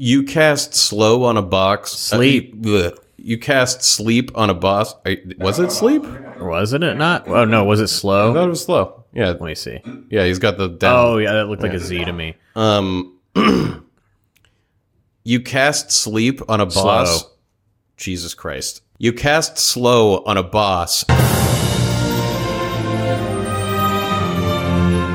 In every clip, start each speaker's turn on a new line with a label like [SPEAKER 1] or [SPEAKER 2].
[SPEAKER 1] You cast slow on a box. Uh,
[SPEAKER 2] Sleep.
[SPEAKER 1] you- bleh. you cast sleep on a boss. I, was it sleep?
[SPEAKER 2] Wasn't it not? Oh no, was it
[SPEAKER 1] I thought
[SPEAKER 2] slow?
[SPEAKER 1] it was slow. Yeah,
[SPEAKER 2] Let me see.
[SPEAKER 1] yeah. He's got the down.
[SPEAKER 2] Oh yeah, that looked like a Z to me.
[SPEAKER 1] Um, you cast sleep on a boss.
[SPEAKER 2] Slow.
[SPEAKER 1] Jesus Christ! You cast slow on a boss.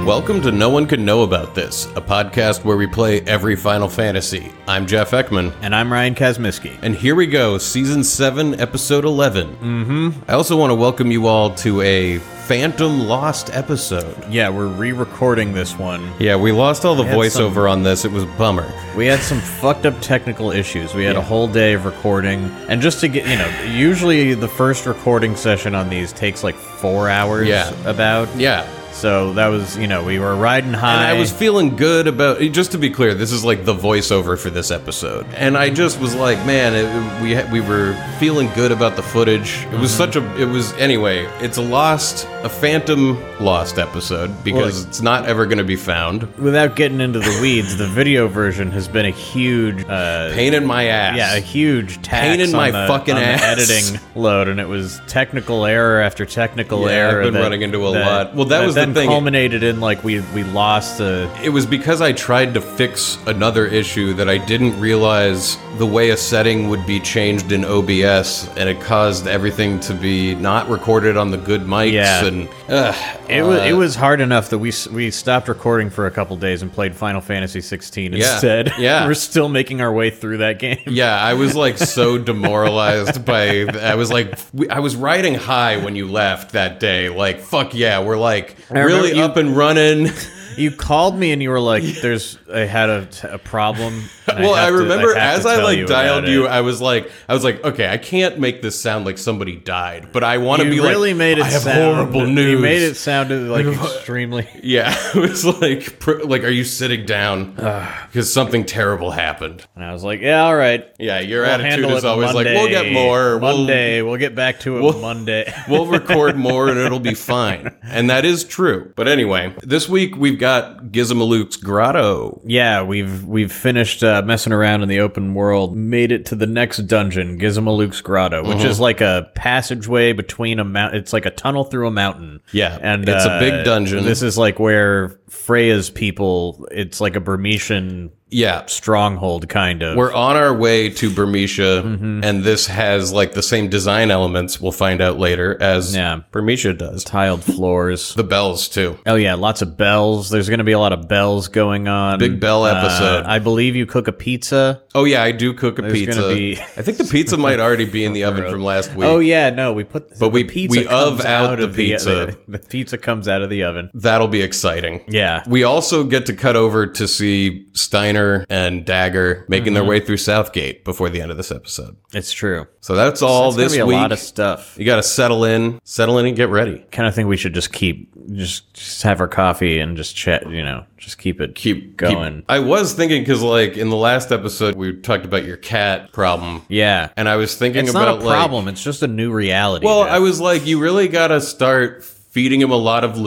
[SPEAKER 1] Welcome to No One Can Know About This, a podcast where we play every Final Fantasy. I'm Jeff Ekman.
[SPEAKER 2] And I'm Ryan Kazmiski.
[SPEAKER 1] And here we go, season 7, episode 11. Mm-hmm. I also want to welcome you all to a Phantom Lost episode.
[SPEAKER 2] Yeah, we're re-recording this one.
[SPEAKER 1] Yeah, we lost all the
[SPEAKER 2] had some-
[SPEAKER 1] voiceover on this. It was a bummer.
[SPEAKER 2] We had some fucked up technical issues. We had a whole day of recording, and just to get you know, usually the first recording session on these takes like four hours.
[SPEAKER 1] Yeah.
[SPEAKER 2] about.
[SPEAKER 1] Yeah.
[SPEAKER 2] So that was you know we were riding
[SPEAKER 1] And
[SPEAKER 2] high.
[SPEAKER 1] I was feeling good about just to be clear, this is like the voiceover for this episode. And I just was like, man, it, we ha- we were feeling good about the footage. It was such a it was anyway, it's a lost a phantom lost episode because it's not ever going to be found.
[SPEAKER 2] without getting into the weeds. the video version has been a huge. Uh,
[SPEAKER 1] Pain in my ass.
[SPEAKER 2] Yeah, a huge tax
[SPEAKER 1] Pain in
[SPEAKER 2] on
[SPEAKER 1] my
[SPEAKER 2] the-
[SPEAKER 1] fucking
[SPEAKER 2] on the
[SPEAKER 1] ass.
[SPEAKER 2] editing load, and it was technical error after technical
[SPEAKER 1] Yeah, I've
[SPEAKER 2] error.
[SPEAKER 1] been
[SPEAKER 2] that-
[SPEAKER 1] running into a lot. Well, that was the
[SPEAKER 2] then
[SPEAKER 1] thing.
[SPEAKER 2] culminated in like we we lost the
[SPEAKER 1] It was because I tried to fix another issue that I didn't realize the way a setting would be changed in OBS, and it caused everything to be not recorded on the good mics.
[SPEAKER 2] Yeah.
[SPEAKER 1] And uh, ugh,
[SPEAKER 2] It was it was hard enough that we s- we stopped recording for a couple days and played Final Fantasy 16
[SPEAKER 1] Yeah,
[SPEAKER 2] instead.
[SPEAKER 1] yeah.
[SPEAKER 2] we're still making our way through that game.
[SPEAKER 1] yeah, I was like so demoralized by. I was like, we- I was riding high when you left that day. Like, fuck yeah, we're like
[SPEAKER 2] remember
[SPEAKER 1] really
[SPEAKER 2] you-
[SPEAKER 1] up and running.
[SPEAKER 2] You called me and you were like, "There's I had a, a problem." and
[SPEAKER 1] well,
[SPEAKER 2] have
[SPEAKER 1] I
[SPEAKER 2] to-
[SPEAKER 1] remember
[SPEAKER 2] have
[SPEAKER 1] as
[SPEAKER 2] to
[SPEAKER 1] I
[SPEAKER 2] tell
[SPEAKER 1] like
[SPEAKER 2] you
[SPEAKER 1] dialed
[SPEAKER 2] about
[SPEAKER 1] you,
[SPEAKER 2] it."
[SPEAKER 1] I was like, I was like, okay, I can't make this sound like somebody died, but I want to
[SPEAKER 2] You
[SPEAKER 1] be
[SPEAKER 2] really
[SPEAKER 1] like,
[SPEAKER 2] made it
[SPEAKER 1] I have
[SPEAKER 2] sound,
[SPEAKER 1] horrible news.
[SPEAKER 2] You made it sound like extremely.
[SPEAKER 1] Yeah, it was like, pr- like, are you sitting down because something terrible happened?
[SPEAKER 2] And I was like, "Yeah, all right."
[SPEAKER 1] Yeah, your
[SPEAKER 2] We'll
[SPEAKER 1] attitude
[SPEAKER 2] handle
[SPEAKER 1] is
[SPEAKER 2] it
[SPEAKER 1] always
[SPEAKER 2] Monday.
[SPEAKER 1] like, we'll get more.
[SPEAKER 2] Monday. We'll, get back to it Monday.
[SPEAKER 1] We'll, we'll record more and it'll be fine. And that is true. But anyway, this week we've got Gizmaluke's Grotto.
[SPEAKER 2] Yeah, we've we've finished uh, messing around in the open world. Made it to the next dungeon, Gizmaluke's Grotto,
[SPEAKER 1] Mm-hmm.
[SPEAKER 2] which is like a passageway between a mountain. It's like a tunnel through a mountain.
[SPEAKER 1] Yeah,
[SPEAKER 2] and
[SPEAKER 1] it's a
[SPEAKER 2] uh,
[SPEAKER 1] big dungeon.
[SPEAKER 2] This is like where Freya's people. It's like a Burmesian
[SPEAKER 1] Yeah.
[SPEAKER 2] stronghold, kind of.
[SPEAKER 1] We're on our way to Bermesia,
[SPEAKER 2] Mm-hmm.
[SPEAKER 1] and this has like the same design elements we'll find out later as
[SPEAKER 2] Yeah.
[SPEAKER 1] Bermesia does.
[SPEAKER 2] tiled floors.
[SPEAKER 1] The bells, too.
[SPEAKER 2] Oh yeah, lots of bells. There's going to be a lot of bells going on. Uh,
[SPEAKER 1] Big bell episode.
[SPEAKER 2] I believe you cook a pizza.
[SPEAKER 1] Oh, yeah, I do cook a pizza.
[SPEAKER 2] gonna be-
[SPEAKER 1] I think the pizza might already be in the oven from last week.
[SPEAKER 2] Oh yeah, no, we put
[SPEAKER 1] But we-
[SPEAKER 2] the pizza
[SPEAKER 1] we of
[SPEAKER 2] comes
[SPEAKER 1] out the pizza.
[SPEAKER 2] The, the pizza comes out of the oven.
[SPEAKER 1] That'll be exciting.
[SPEAKER 2] Yeah.
[SPEAKER 1] We also get to cut over to see Steiner and Dagger making
[SPEAKER 2] Mm-hmm.
[SPEAKER 1] their way through Southgate before the end of this episode.
[SPEAKER 2] It's true.
[SPEAKER 1] So that's all
[SPEAKER 2] It's
[SPEAKER 1] this
[SPEAKER 2] gonna be
[SPEAKER 1] week.
[SPEAKER 2] a lot of stuff.
[SPEAKER 1] you got to settle in, settle in, and get ready.
[SPEAKER 2] Kind of think we should just keep just, just have our coffee and just chat, you know, just keep it
[SPEAKER 1] Keep
[SPEAKER 2] going.
[SPEAKER 1] keep- I was thinking because, like, in the last episode, we talked about your cat problem,
[SPEAKER 2] yeah.
[SPEAKER 1] and I was thinking
[SPEAKER 2] It's
[SPEAKER 1] about
[SPEAKER 2] not a
[SPEAKER 1] like,
[SPEAKER 2] problem, it's just a new reality.
[SPEAKER 1] well,
[SPEAKER 2] Jeff.
[SPEAKER 1] I was like, you really got to start feeding him a lot of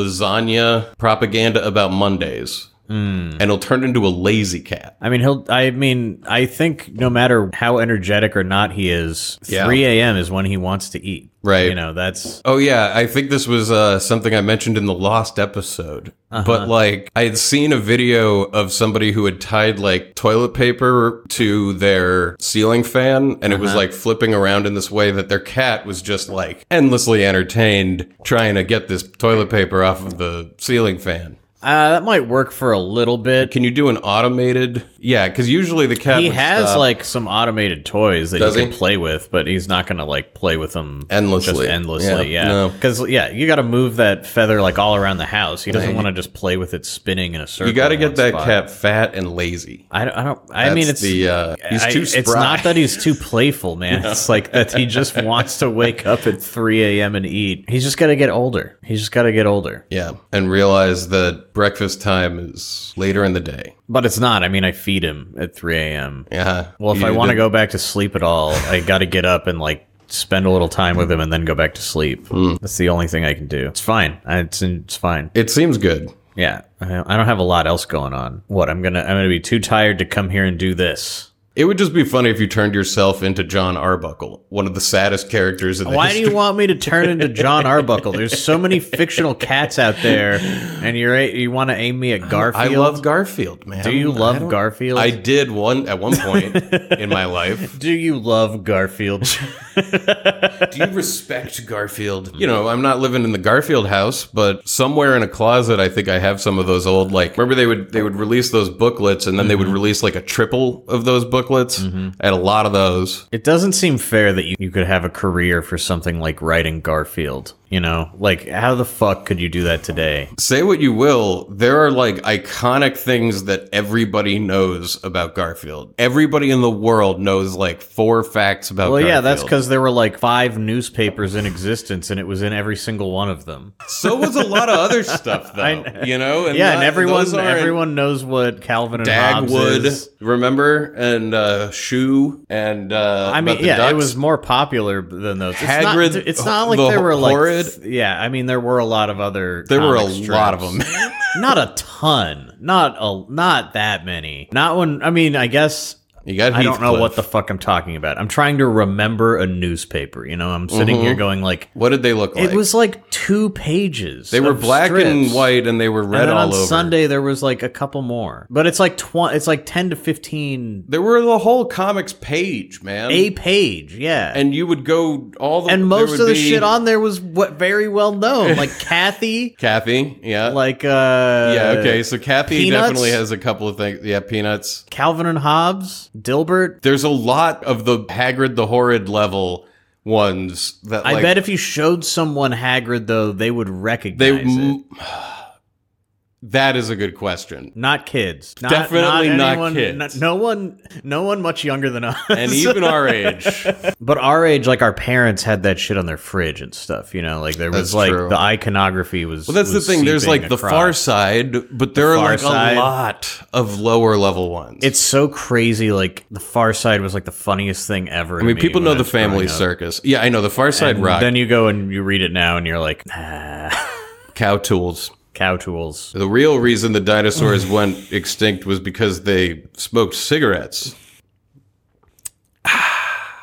[SPEAKER 1] lasagna propaganda about Mondays,
[SPEAKER 2] Hmm.
[SPEAKER 1] and he'll turn into a lazy cat.
[SPEAKER 2] I mean, he'll. I mean, I think no matter how energetic or not he is,
[SPEAKER 1] Yeah.
[SPEAKER 2] 3 a.m. is when he wants to eat.
[SPEAKER 1] Right.
[SPEAKER 2] You know, that's
[SPEAKER 1] Oh yeah, I think this was uh, something I mentioned in the lost episode.
[SPEAKER 2] Uh-huh.
[SPEAKER 1] But like, I had seen a video of somebody who had tied like toilet paper to their ceiling fan, and it was
[SPEAKER 2] Uh-huh.
[SPEAKER 1] like flipping around in this way that their cat was just like endlessly entertained trying to get this toilet paper off of the ceiling fan.
[SPEAKER 2] uh, that might work for a little bit.
[SPEAKER 1] Can you do an automated? Yeah, because usually the cat
[SPEAKER 2] He
[SPEAKER 1] would
[SPEAKER 2] has
[SPEAKER 1] stop
[SPEAKER 2] like some automated toys that
[SPEAKER 1] Does
[SPEAKER 2] he can
[SPEAKER 1] he?
[SPEAKER 2] play with, but he's not going to like play with them just
[SPEAKER 1] endlessly,
[SPEAKER 2] endlessly. Yeah,
[SPEAKER 1] no.
[SPEAKER 2] because yeah, you got to move that feather like all around the house. He doesn't want to just play with it spinning in a circle.
[SPEAKER 1] You got to
[SPEAKER 2] in
[SPEAKER 1] get
[SPEAKER 2] one
[SPEAKER 1] that
[SPEAKER 2] spot.
[SPEAKER 1] cat fat and lazy.
[SPEAKER 2] I don't. I, don't, I mean,
[SPEAKER 1] That's
[SPEAKER 2] it's
[SPEAKER 1] the uh, he's
[SPEAKER 2] I-
[SPEAKER 1] too. Spry.
[SPEAKER 2] it's not that he's too playful, man. It's like that he just wants to wake up at 3 a.m. and eat. He's just got to get older. He's just got to get older.
[SPEAKER 1] Yeah, and realize that breakfast time is later in the day.
[SPEAKER 2] But it's not. I mean, I feed him at 3 a.m.
[SPEAKER 1] Yeah.
[SPEAKER 2] Well, if I want to go back to sleep at all, I got to get up and like spend a little time with him and then go back to sleep.
[SPEAKER 1] Hmm.
[SPEAKER 2] That's the only thing I can do. It's fine. I- It's it's fine.
[SPEAKER 1] it seems good.
[SPEAKER 2] Yeah. I I don't have a lot else going on. What? I'm going to I'm going to be too tired to come here and do this.
[SPEAKER 1] It would just be funny if you turned yourself into John Arbuckle, one of the saddest characters in the
[SPEAKER 2] Why do
[SPEAKER 1] history.
[SPEAKER 2] you want me to turn into John Arbuckle? There's so many fictional cats out there, and you're a- you want to aim me at Garfield.
[SPEAKER 1] I love Garfield, man.
[SPEAKER 2] Do you
[SPEAKER 1] I
[SPEAKER 2] love
[SPEAKER 1] don't-
[SPEAKER 2] Garfield?
[SPEAKER 1] I did one at one point in my life.
[SPEAKER 2] do you love Garfield?
[SPEAKER 1] Do you respect Garfield? You know, I'm not living in the Garfield house, but somewhere in a closet, I think I have some of those old like. Remember they would they would release those booklets, and then
[SPEAKER 2] Mm-hmm.
[SPEAKER 1] they would release like a triple of those booklets. I had a lot of those.
[SPEAKER 2] It doesn't seem fair that you, you could have a career for something like writing Garfield. You know, like how the fuck could you do that today?
[SPEAKER 1] Say what you will, there are like iconic things that everybody knows about Garfield. Everybody in the world knows like four facts about.
[SPEAKER 2] Well, yeah, that's
[SPEAKER 1] Garfield.
[SPEAKER 2] because there were like five newspapers in existence, and it was in every single one of them.
[SPEAKER 1] So was a lot of other stuff, though. You know,
[SPEAKER 2] yeah,
[SPEAKER 1] that-
[SPEAKER 2] and everyone
[SPEAKER 1] those aren't
[SPEAKER 2] everyone knows what Calvin and Hobbes
[SPEAKER 1] Dagwood,
[SPEAKER 2] is.
[SPEAKER 1] remember, and uh, Shoe, and uh,
[SPEAKER 2] I
[SPEAKER 1] about
[SPEAKER 2] mean,
[SPEAKER 1] the
[SPEAKER 2] yeah, it
[SPEAKER 1] ducks.
[SPEAKER 2] was more popular than those. It's
[SPEAKER 1] Hagrid,
[SPEAKER 2] not, it's not like
[SPEAKER 1] the
[SPEAKER 2] there were like,
[SPEAKER 1] Horrid.
[SPEAKER 2] yeah, I mean, there were a lot of other.
[SPEAKER 1] There were a
[SPEAKER 2] comic strips.
[SPEAKER 1] lot of them.
[SPEAKER 2] not a ton, not a not that many. Not when I mean, I guess
[SPEAKER 1] you got.
[SPEAKER 2] I don't know
[SPEAKER 1] Heathcliff.
[SPEAKER 2] what the fuck I'm talking about. I'm trying to remember a newspaper. You know, I'm sitting here going like,
[SPEAKER 1] What did they look Mm-hmm. like?
[SPEAKER 2] it was like two pages.
[SPEAKER 1] They were
[SPEAKER 2] of
[SPEAKER 1] black and
[SPEAKER 2] strips.
[SPEAKER 1] white, and they were
[SPEAKER 2] And
[SPEAKER 1] red
[SPEAKER 2] then
[SPEAKER 1] all
[SPEAKER 2] on
[SPEAKER 1] over.
[SPEAKER 2] Sunday there was like a couple more, but it's like tw- It's like ten to fifteen
[SPEAKER 1] There were the whole comics page, man.
[SPEAKER 2] a page. Yeah,
[SPEAKER 1] and you would go all the
[SPEAKER 2] and
[SPEAKER 1] there
[SPEAKER 2] most
[SPEAKER 1] would
[SPEAKER 2] of the
[SPEAKER 1] be
[SPEAKER 2] shit on there was what very well known, like Kathy,
[SPEAKER 1] Kathy, yeah,
[SPEAKER 2] like uh,
[SPEAKER 1] yeah, okay. So Kathy
[SPEAKER 2] Peanuts?
[SPEAKER 1] definitely has a couple of things. Yeah, peanuts.
[SPEAKER 2] Calvin and Hobbes, Dilbert.
[SPEAKER 1] There's a lot of the Hagrid the Horrid level ones that
[SPEAKER 2] I
[SPEAKER 1] like,
[SPEAKER 2] bet if you showed someone Hagrid though, they would
[SPEAKER 1] they.
[SPEAKER 2] recognize it.
[SPEAKER 1] m- that is a good question.
[SPEAKER 2] Not kids. Not,
[SPEAKER 1] Definitely not
[SPEAKER 2] anyone-
[SPEAKER 1] kids.
[SPEAKER 2] not- No, one, no one much younger than us.
[SPEAKER 1] And even our age,
[SPEAKER 2] but our age, like our parents had that shit on their fridge and stuff. You know, like there was
[SPEAKER 1] That's
[SPEAKER 2] like
[SPEAKER 1] true.
[SPEAKER 2] the iconography was.
[SPEAKER 1] well, that's the
[SPEAKER 2] was
[SPEAKER 1] thing. There's
[SPEAKER 2] seeping
[SPEAKER 1] like the
[SPEAKER 2] across.
[SPEAKER 1] far side, but there are
[SPEAKER 2] Far
[SPEAKER 1] like
[SPEAKER 2] Side.
[SPEAKER 1] a lot of lower level ones.
[SPEAKER 2] It's so crazy. Like the Far Side was like the funniest thing ever.
[SPEAKER 1] I mean, people know the Family Circus. Yeah, I know the Far Side Rock,
[SPEAKER 2] Then you go and you read it now, and you're like, ah,
[SPEAKER 1] cow tools.
[SPEAKER 2] cow tools.
[SPEAKER 1] The real reason the dinosaurs went extinct was because they smoked cigarettes.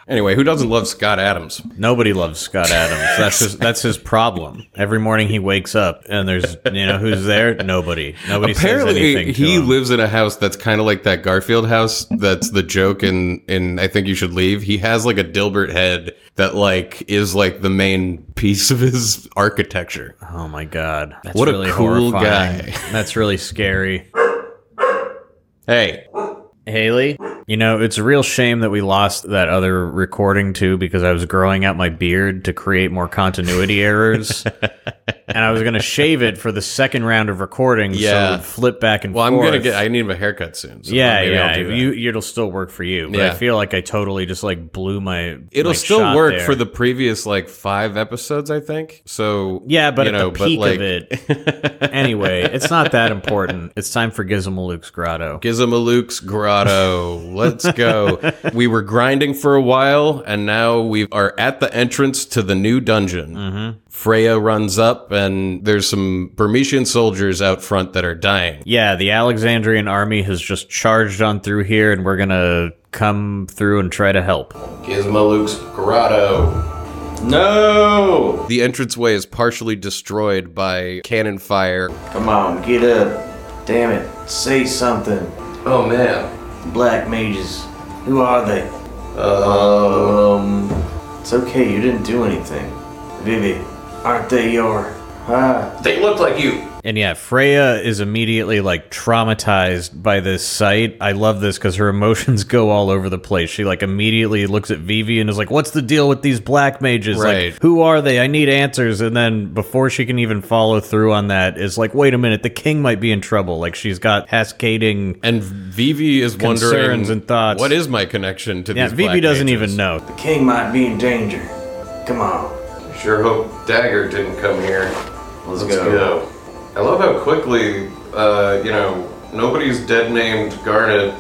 [SPEAKER 1] Anyway, who doesn't love Scott Adams?
[SPEAKER 2] Nobody loves Scott Adams. That's his, that's his problem. Every morning he wakes up and there's you know who's there? Nobody. Nobody says anything.
[SPEAKER 1] Apparently,
[SPEAKER 2] to
[SPEAKER 1] he
[SPEAKER 2] him.
[SPEAKER 1] lives in a house that's kind of like that Garfield house. That's the joke, and and I think you should leave. He has like a Dilbert head that like is like the main piece of his architecture.
[SPEAKER 2] Oh my god! That's
[SPEAKER 1] What a
[SPEAKER 2] really
[SPEAKER 1] cool
[SPEAKER 2] horrifying.
[SPEAKER 1] guy.
[SPEAKER 2] That's really scary.
[SPEAKER 1] Hey,
[SPEAKER 2] Haley, you know it's a real shame that we lost that other recording too because I was growing out my beard to create more continuity errors, and I was going to shave it for the second round of recording. so
[SPEAKER 1] Yeah.
[SPEAKER 2] it would flip back and
[SPEAKER 1] well, I'm
[SPEAKER 2] forth.
[SPEAKER 1] gonna get. I need a haircut soon. So
[SPEAKER 2] yeah,
[SPEAKER 1] maybe
[SPEAKER 2] yeah.
[SPEAKER 1] I'll do that.
[SPEAKER 2] you, it'll still work for you, but I
[SPEAKER 1] Yeah.
[SPEAKER 2] feel like I totally just like blew my.
[SPEAKER 1] It'll
[SPEAKER 2] my
[SPEAKER 1] still
[SPEAKER 2] shot
[SPEAKER 1] work
[SPEAKER 2] there.
[SPEAKER 1] for the previous like five episodes, I think. So
[SPEAKER 2] Yeah, but
[SPEAKER 1] you
[SPEAKER 2] at
[SPEAKER 1] know,
[SPEAKER 2] the
[SPEAKER 1] but,
[SPEAKER 2] peak
[SPEAKER 1] like,
[SPEAKER 2] of it. anyway, it's not that important. It's time for Gizmo Luke's Grotto.
[SPEAKER 1] Gizmaluk's grotto. Let's go. we were grinding for a while, and now we are at the entrance to the new dungeon.
[SPEAKER 2] Mm-hmm.
[SPEAKER 1] Freya runs up, and there's some Burmesian soldiers out front that are dying.
[SPEAKER 2] Yeah, the Alexandrian army has just charged on through here, and we're gonna come through and try to help.
[SPEAKER 1] Gizmaluk's grotto. No! The entranceway is partially destroyed by cannon fire.
[SPEAKER 3] Come on, get up. Damn it, say something.
[SPEAKER 1] Oh man.
[SPEAKER 3] Black mages, who are they? Um. It's okay, you didn't do anything. Vivi, aren't they your. Ah,
[SPEAKER 1] They look like you.
[SPEAKER 2] And yeah, Freya is immediately like traumatized by this sight. I love this because her emotions go all over the place. She like immediately looks at Vivi and is like, "What's the deal with these black mages?
[SPEAKER 1] Right.
[SPEAKER 2] Like, who are they? I need answers." And then before she can even follow through on that, is like, "Wait a minute, the king might be in trouble." Like she's got cascading.
[SPEAKER 1] And Vivi is wondering
[SPEAKER 2] Concerns and thoughts.
[SPEAKER 1] What is my connection to
[SPEAKER 2] Yeah,
[SPEAKER 1] these? black
[SPEAKER 2] Vivi doesn't
[SPEAKER 1] mages?
[SPEAKER 2] even know.
[SPEAKER 3] the king might be in danger. Come on,
[SPEAKER 1] Sure hope Dagger didn't come here.
[SPEAKER 3] let's,
[SPEAKER 1] Let's
[SPEAKER 3] go.
[SPEAKER 1] go. I love how quickly, uh, you know, nobody's dead named Garnet.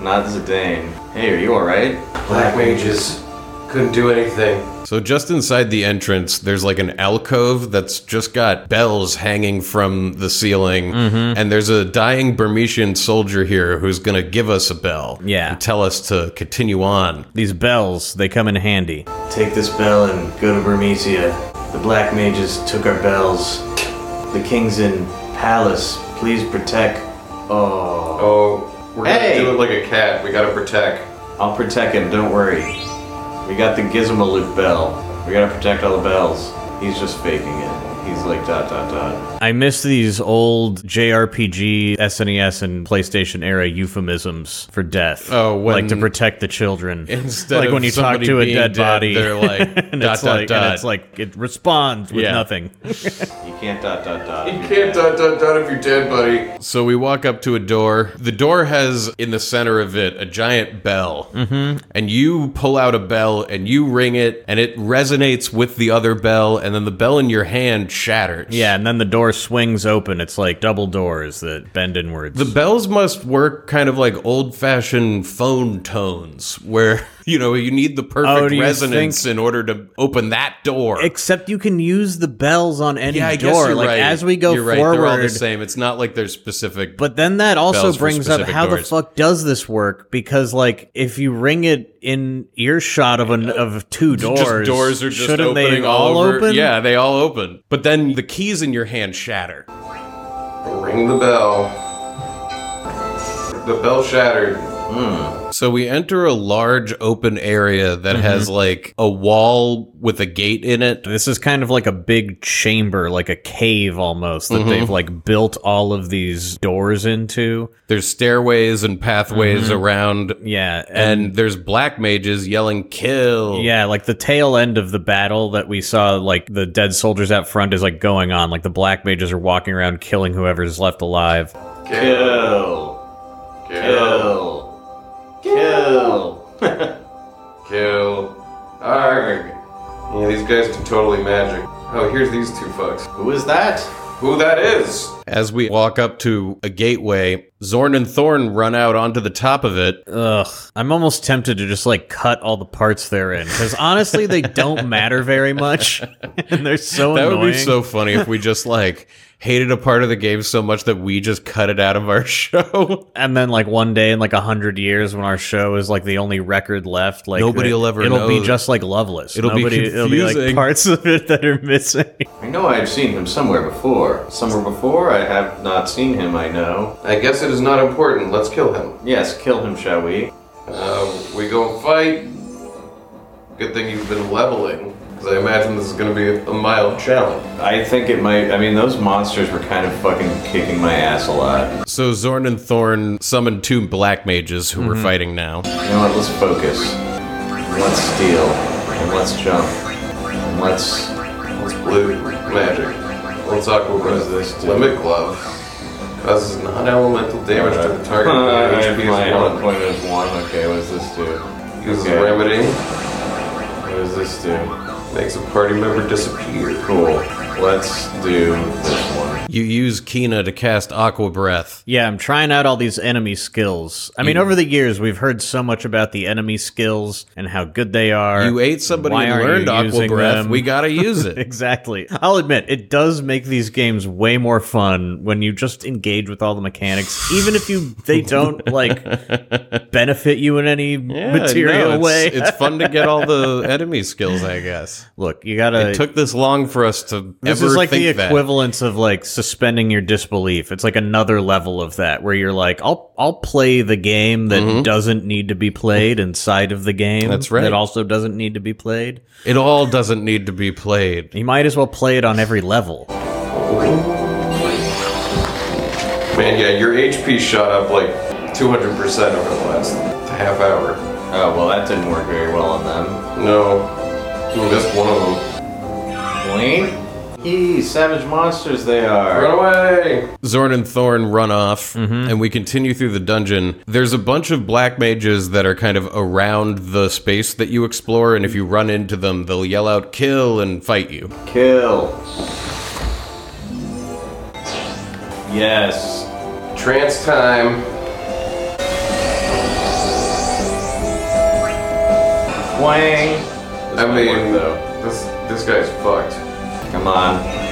[SPEAKER 3] Not Zidane. Hey, are you alright?
[SPEAKER 1] Black mages, Couldn't do anything. So just inside the entrance, there's like an alcove that's just got bells hanging from the ceiling, and there's a dying Burmesian soldier here who's gonna give us a bell.
[SPEAKER 2] Yeah.
[SPEAKER 1] and tell us to continue on.
[SPEAKER 2] These bells, they come in handy.
[SPEAKER 4] Take this bell and go to Bermesia. The black mages took our bells. The king's in palace. Please protect. Oh.
[SPEAKER 1] Oh, we're
[SPEAKER 4] gonna Hey! do it
[SPEAKER 1] like a cat. We gotta protect.
[SPEAKER 4] I'll protect him, don't worry. We got the Gizmaloop bell. We gotta protect all the bells. He's just faking it. He's like dot dot dot.
[SPEAKER 2] I miss these old JRPG, SNES, E and PlayStation era euphemisms for death.
[SPEAKER 1] Oh, when-
[SPEAKER 2] like to protect the children.
[SPEAKER 1] Instead
[SPEAKER 2] like
[SPEAKER 1] of
[SPEAKER 2] when you talk
[SPEAKER 1] somebody
[SPEAKER 2] to a
[SPEAKER 1] being
[SPEAKER 2] dead
[SPEAKER 1] dead,
[SPEAKER 2] body,
[SPEAKER 1] they're like,
[SPEAKER 2] and
[SPEAKER 1] dot,
[SPEAKER 2] it's
[SPEAKER 1] dot,
[SPEAKER 2] like,
[SPEAKER 1] dot.
[SPEAKER 2] and it's like it responds with
[SPEAKER 1] Yeah.
[SPEAKER 2] nothing.
[SPEAKER 4] You can't dot dot dot. if you're
[SPEAKER 1] can't dot dot dot if you're dead, buddy. So we walk up to a door. The door has in the center of it a giant bell. Mm-hmm. And you pull out a bell and you ring it, and it resonates with the other bell, and then the bell in your hand shatters.
[SPEAKER 2] Yeah, and then the door swings open. It's like double doors that bend inwards.
[SPEAKER 1] The bells must work kind of like old fashioned phone tones, where, you know, you need the
[SPEAKER 2] Oh,
[SPEAKER 1] perfect
[SPEAKER 2] do you
[SPEAKER 1] resonance
[SPEAKER 2] think-
[SPEAKER 1] in order to open that door.
[SPEAKER 2] Except you can use the bells on any
[SPEAKER 1] yeah, I guess
[SPEAKER 2] door.
[SPEAKER 1] you're
[SPEAKER 2] like
[SPEAKER 1] right.
[SPEAKER 2] as we go
[SPEAKER 1] you're right.
[SPEAKER 2] forward,
[SPEAKER 1] They're all the same. It's not like there's specific.
[SPEAKER 2] But then that also
[SPEAKER 1] Bells for
[SPEAKER 2] brings up
[SPEAKER 1] specific
[SPEAKER 2] how
[SPEAKER 1] doors.
[SPEAKER 2] the fuck does this work? Because like if you ring it in earshot of an of two doors,
[SPEAKER 1] just doors are just
[SPEAKER 2] shouldn't
[SPEAKER 1] opening
[SPEAKER 2] they
[SPEAKER 1] all
[SPEAKER 2] all
[SPEAKER 1] over.
[SPEAKER 2] open?
[SPEAKER 1] Yeah, they all open. But then the keys in your hand shatter. Ring the bell. The bell shattered. Hmm. So we enter a large open area
[SPEAKER 2] Mm-hmm.
[SPEAKER 1] that has like a wall with a gate in it.
[SPEAKER 2] This is kind of like a big chamber, like a cave almost that
[SPEAKER 1] Mm-hmm.
[SPEAKER 2] they've like built all of these doors into.
[SPEAKER 1] There's stairways and pathways
[SPEAKER 2] Mm-hmm.
[SPEAKER 1] around,
[SPEAKER 2] Yeah, and,
[SPEAKER 1] and there's black mages yelling "kill."
[SPEAKER 2] yeah, like the tail end of the battle that we saw, like the dead soldiers out front is like going on. Like the black mages are walking around killing whoever's left alive.
[SPEAKER 4] Kill. Kill. Kill.
[SPEAKER 1] Kill. Arg. Yeah, these guys are totally magic. Oh, here's these two fucks.
[SPEAKER 4] Who is that?
[SPEAKER 1] Who that is? As we walk up to a gateway, Zorn and Thorn run out onto the top of it.
[SPEAKER 2] Ugh, I'm almost tempted to just like cut all the parts they're in because honestly, they don't matter very much, and they're so
[SPEAKER 1] That
[SPEAKER 2] annoying.
[SPEAKER 1] would be so funny if we just like hated a part of the game so much that we just cut it out of our show.
[SPEAKER 2] and then, like one day in like a hundred years, when our show is like the only record left, like
[SPEAKER 1] Nobody
[SPEAKER 2] that-
[SPEAKER 1] will ever
[SPEAKER 2] It'll be
[SPEAKER 1] know.
[SPEAKER 2] just like Loveless.
[SPEAKER 1] It'll be
[SPEAKER 2] Nobody, It'll be like
[SPEAKER 1] confusing.
[SPEAKER 2] parts of it that are missing.
[SPEAKER 4] I know I've seen him somewhere before. Somewhere before I have not seen him, I know.
[SPEAKER 1] I guess it is not important. Let's kill him.
[SPEAKER 4] Yes, kill him, shall we?
[SPEAKER 1] Uh, we go fight. Good thing you've been leveling, because I imagine this is going to be a mild challenge.
[SPEAKER 4] I think it might. I mean, those monsters were kind of fucking kicking my ass a lot.
[SPEAKER 1] So Zorn and Thorn summoned two black mages who were fighting now.
[SPEAKER 4] You know what? Let's focus. Let's steal. And let's jump. And let's.
[SPEAKER 1] It's blue magic. Let's aqua breath.
[SPEAKER 4] this do?
[SPEAKER 1] Limit glove. Causes non-elemental damage to the target.
[SPEAKER 4] Uh,
[SPEAKER 1] HP
[SPEAKER 4] my
[SPEAKER 1] is
[SPEAKER 4] health
[SPEAKER 1] one.
[SPEAKER 4] point is one. Okay, what does this do?
[SPEAKER 1] Uses
[SPEAKER 4] Okay.
[SPEAKER 1] remedy.
[SPEAKER 4] What does this do?
[SPEAKER 1] Makes a party member disappear.
[SPEAKER 4] Cool. Let's do this one.
[SPEAKER 1] You use Kina to cast aqua breath.
[SPEAKER 2] Yeah, I'm trying out all these enemy skills. I mean, over the years, we've heard so much about the enemy skills and how good they are.
[SPEAKER 1] You ate somebody
[SPEAKER 2] Why
[SPEAKER 1] and
[SPEAKER 2] aren't
[SPEAKER 1] learned
[SPEAKER 2] you
[SPEAKER 1] aqua
[SPEAKER 2] using
[SPEAKER 1] breath.
[SPEAKER 2] them?
[SPEAKER 1] We gotta use it.
[SPEAKER 2] Exactly. I'll admit, it does make these games way more fun when you just engage with all the mechanics, even if you they don't like benefit you in any
[SPEAKER 1] no,
[SPEAKER 2] material
[SPEAKER 1] it's-
[SPEAKER 2] way.
[SPEAKER 1] it's fun to get all the enemy skills, I guess.
[SPEAKER 2] Look, you gotta.
[SPEAKER 1] It took this long for us to
[SPEAKER 2] this
[SPEAKER 1] ever
[SPEAKER 2] is like the
[SPEAKER 1] think that.
[SPEAKER 2] equivalence of like suspending your disbelief. It's like another level of that where you're like, I'll I'll play the game that doesn't need to be played inside of the game.
[SPEAKER 1] Mm-hmm. That's right.
[SPEAKER 2] That also doesn't need to be played.
[SPEAKER 1] It all doesn't need to be played.
[SPEAKER 2] You might as well play it on every level.
[SPEAKER 1] Man, yeah, your HP shot up like 200% over the last half hour.
[SPEAKER 4] Oh well, that didn't work very well on them.
[SPEAKER 1] No. You missed one of them.
[SPEAKER 4] Blaine? Yee, savage monsters they are.
[SPEAKER 1] away! Zorn and Thorn run off, and we continue through the dungeon. There's a bunch of black mages that are kind of around the space that you explore, and if you run into them, they'll yell out, kill, and fight you.
[SPEAKER 4] Kill. Yes.
[SPEAKER 1] Trance time.
[SPEAKER 4] Wang.
[SPEAKER 1] I
[SPEAKER 5] gonna
[SPEAKER 1] mean-
[SPEAKER 5] work, though. this this guy's fucked. Come on.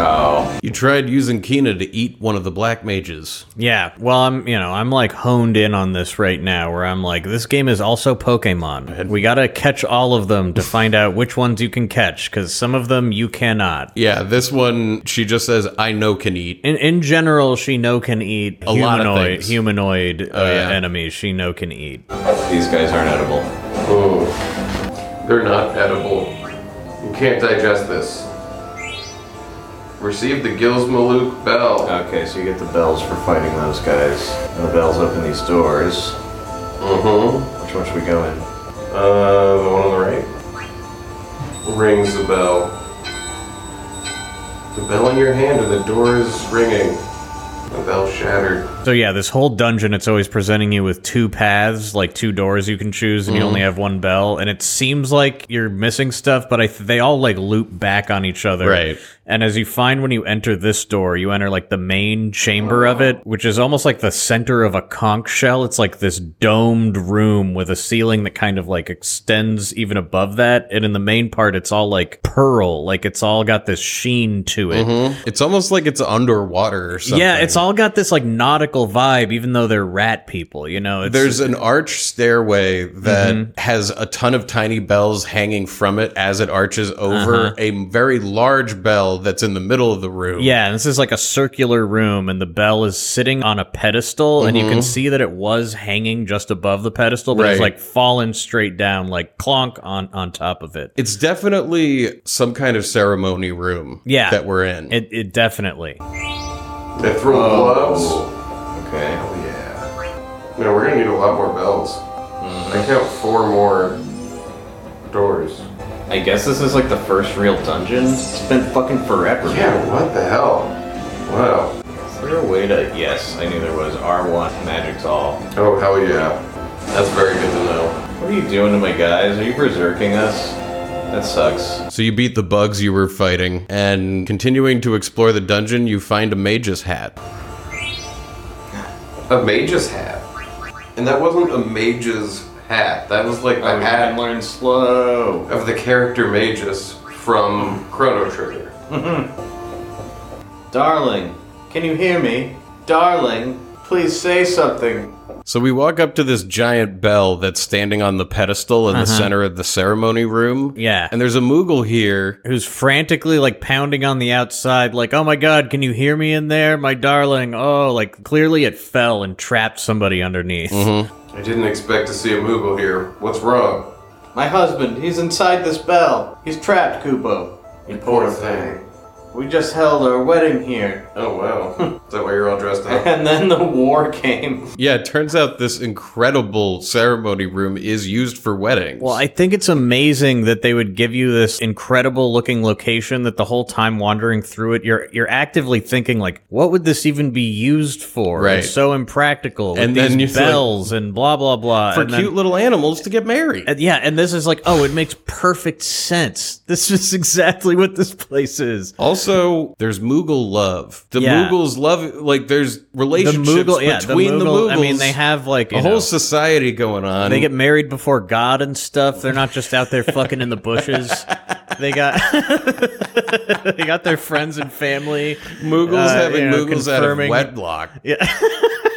[SPEAKER 5] Oh,
[SPEAKER 1] You tried using Kina to eat one of the black mages.
[SPEAKER 2] Yeah, well, I'm, you know, I'm like honed in on this right now where I'm like, this game is also Pokemon. We got to catch all of them to find out which ones you can catch because some of them you cannot.
[SPEAKER 1] Yeah, this one, she just says, I know can eat.
[SPEAKER 2] In, in general, she know can eat
[SPEAKER 1] A
[SPEAKER 2] humanoid,
[SPEAKER 1] lot of things. Oh,
[SPEAKER 2] humanoid uh,
[SPEAKER 1] yeah.
[SPEAKER 2] enemies. She know can eat.
[SPEAKER 5] these guys aren't edible. Ooh, they're not edible. You can't digest this. Receive the Gills Malouk Bell.
[SPEAKER 3] Okay, so you get the bells for fighting those guys. And the bells open these doors.
[SPEAKER 5] Mm-hmm.
[SPEAKER 3] Which one should we go in?
[SPEAKER 5] Uh, the one on the right rings the bell. The bell in your hand and the door is ringing. The bell shattered.
[SPEAKER 2] So yeah, this whole dungeon, it's always presenting you with two paths, like two doors you can choose, and you only have one bell. And it seems like you're missing stuff, but I th- they all like loop back on each other.
[SPEAKER 1] Right.
[SPEAKER 2] And as you find when you enter this door, you enter like the main chamber of it, which is almost like the center of a conch shell. It's like this domed room with a ceiling that kind of like extends even above that. And in the main part, it's all like pearl, like it's all got this sheen to it.
[SPEAKER 1] Hmm? It's almost like it's underwater or something.
[SPEAKER 2] Yeah, it's all got this like nautical vibe, even though they're rat people. You know, it's,
[SPEAKER 1] There's an arch stairway that
[SPEAKER 2] Mm-hmm.
[SPEAKER 1] has a ton of tiny bells hanging from it as it arches over
[SPEAKER 2] Uh-huh.
[SPEAKER 1] a very large bell that's in the middle of the room.
[SPEAKER 2] yeah, and this is like a circular room, and the bell is sitting on a pedestal, and you can see that it was hanging just above the pedestal, but it's
[SPEAKER 1] Mm-hmm. Right.
[SPEAKER 2] like fallen straight down, like clonk on on top of it.
[SPEAKER 1] It's definitely some kind of ceremony room
[SPEAKER 2] Yeah.
[SPEAKER 1] that we're in.
[SPEAKER 2] It, it definitely.
[SPEAKER 5] They throw gloves.
[SPEAKER 3] Okay.
[SPEAKER 5] Yeah. No, we're gonna need a lot more bells.
[SPEAKER 1] Mm-hmm.
[SPEAKER 5] I count four more doors.
[SPEAKER 4] I guess this is like the first real dungeon. Is
[SPEAKER 3] It's been fucking forever.
[SPEAKER 5] Yeah, what the hell? Wow.
[SPEAKER 4] there a way to? Yes, I knew there was R1 Magic's all.
[SPEAKER 5] Oh, hell yeah. That's very good to know.
[SPEAKER 4] What are you doing to my guys? Are you berserking us? That sucks.
[SPEAKER 1] so you beat the bugs you were fighting, and continuing to explore the dungeon, you find a mage's hat.
[SPEAKER 5] A mage's hat. And that wasn't a mage's hat. That was like the
[SPEAKER 4] I
[SPEAKER 5] hat
[SPEAKER 4] can learn slow.
[SPEAKER 5] of the character Magus from Chrono Trigger.
[SPEAKER 3] Darling, can you hear me? Darling, please say something.
[SPEAKER 1] So we walk up to this giant bell that's standing on the pedestal in the center of the ceremony room.
[SPEAKER 2] Yeah.
[SPEAKER 1] And there's a Moogle here.
[SPEAKER 2] Who's frantically like pounding on the outside, like, oh my god, can you hear me in there, my darling? Oh, like clearly it fell and trapped somebody underneath.
[SPEAKER 1] Mm-hmm.
[SPEAKER 5] I didn't expect to see a Moogle here. What's wrong?
[SPEAKER 3] My husband, he's inside this bell. He's trapped, Kubo. You
[SPEAKER 5] Poor thing.
[SPEAKER 3] We just held our wedding here.
[SPEAKER 5] Oh, wow. Is that why you're all dressed up?
[SPEAKER 3] And then the war came.
[SPEAKER 1] Yeah, it turns out this incredible ceremony room is used for weddings.
[SPEAKER 2] Well, I think it's amazing that they would give you this incredible looking location that the whole time wandering through it, you're you're actively thinking like, what would this even be used for?
[SPEAKER 1] Right.
[SPEAKER 2] It's so impractical. with
[SPEAKER 1] And then
[SPEAKER 2] these
[SPEAKER 1] you're like-
[SPEAKER 2] bells and blah blah blah.
[SPEAKER 1] for
[SPEAKER 2] and then-
[SPEAKER 1] cute little animals to get married.
[SPEAKER 2] and yeah, and this is like, oh, it makes perfect sense. This is exactly what this place is.
[SPEAKER 1] Also, there's Moogle love. The
[SPEAKER 2] Yeah.
[SPEAKER 1] Moogles love like there's
[SPEAKER 2] The
[SPEAKER 1] relationships
[SPEAKER 2] Moogle, yeah,
[SPEAKER 1] between
[SPEAKER 2] the
[SPEAKER 1] the,
[SPEAKER 2] Moogle,
[SPEAKER 1] Moogles.
[SPEAKER 2] I mean, they have like
[SPEAKER 1] a
[SPEAKER 2] you
[SPEAKER 1] whole
[SPEAKER 2] know,
[SPEAKER 1] society going on.
[SPEAKER 2] They get married before God and stuff. They're not just out there fucking in the bushes. They got they got their friends and family.
[SPEAKER 1] Moogles
[SPEAKER 2] uh,
[SPEAKER 1] having
[SPEAKER 2] you know,
[SPEAKER 1] Moogles out of
[SPEAKER 2] confirming-
[SPEAKER 1] wedlock.
[SPEAKER 2] Yeah.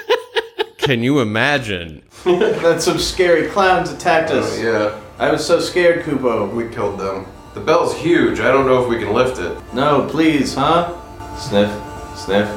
[SPEAKER 1] Can you imagine?
[SPEAKER 3] then some scary clowns attacked us.
[SPEAKER 5] Oh, yeah,
[SPEAKER 3] I was so scared, Kubo.
[SPEAKER 5] we killed them. The bell's huge. I don't know if we can lift it.
[SPEAKER 3] No, please, huh?
[SPEAKER 4] Sniff, sniff,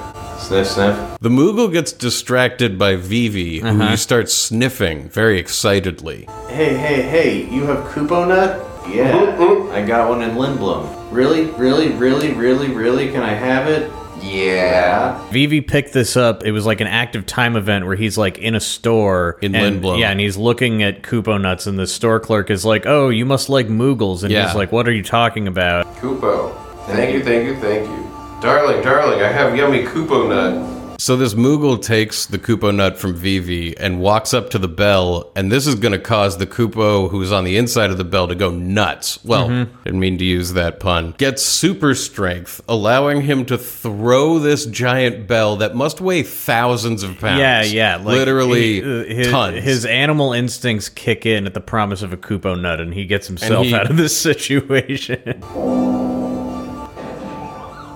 [SPEAKER 4] sniff, sniff.
[SPEAKER 1] The Moogle gets distracted by Vivi,
[SPEAKER 2] Uh-huh.
[SPEAKER 1] who you start sniffing very excitedly.
[SPEAKER 3] Hey, hey, hey, you have Kubo Nut?
[SPEAKER 1] Mm-hmm.
[SPEAKER 3] Yeah, I got one in Lindblom. Really, really, really, really, really, can I have it? Yeah.
[SPEAKER 2] Vivi picked this up. It was like an active time event where he's like in a store
[SPEAKER 1] In
[SPEAKER 2] and,
[SPEAKER 1] Lindblom.
[SPEAKER 2] Yeah, and he's looking at Kupo nuts, and the store clerk is like, "Oh, you must like Moogles," and
[SPEAKER 1] Yeah.
[SPEAKER 2] he's like, "What are you talking about?"
[SPEAKER 5] Kupo. Thank you, thank you, thank you. Darling, darling, I have yummy Kupo nut.
[SPEAKER 1] So this Moogle takes the Koopo nut from Vivi and walks up to the bell, and this is going to cause the Koopo who's on the inside of the bell to go nuts. Well,
[SPEAKER 2] Mm-hmm.
[SPEAKER 1] didn't mean to use that pun. Gets super strength, allowing him to throw this giant bell that must weigh thousands of pounds.
[SPEAKER 2] Yeah, yeah. like,
[SPEAKER 1] literally
[SPEAKER 2] he- uh, his,
[SPEAKER 1] tons.
[SPEAKER 2] His animal instincts kick in at the promise of a Koopo nut, and he gets himself
[SPEAKER 1] he-
[SPEAKER 2] out of this situation.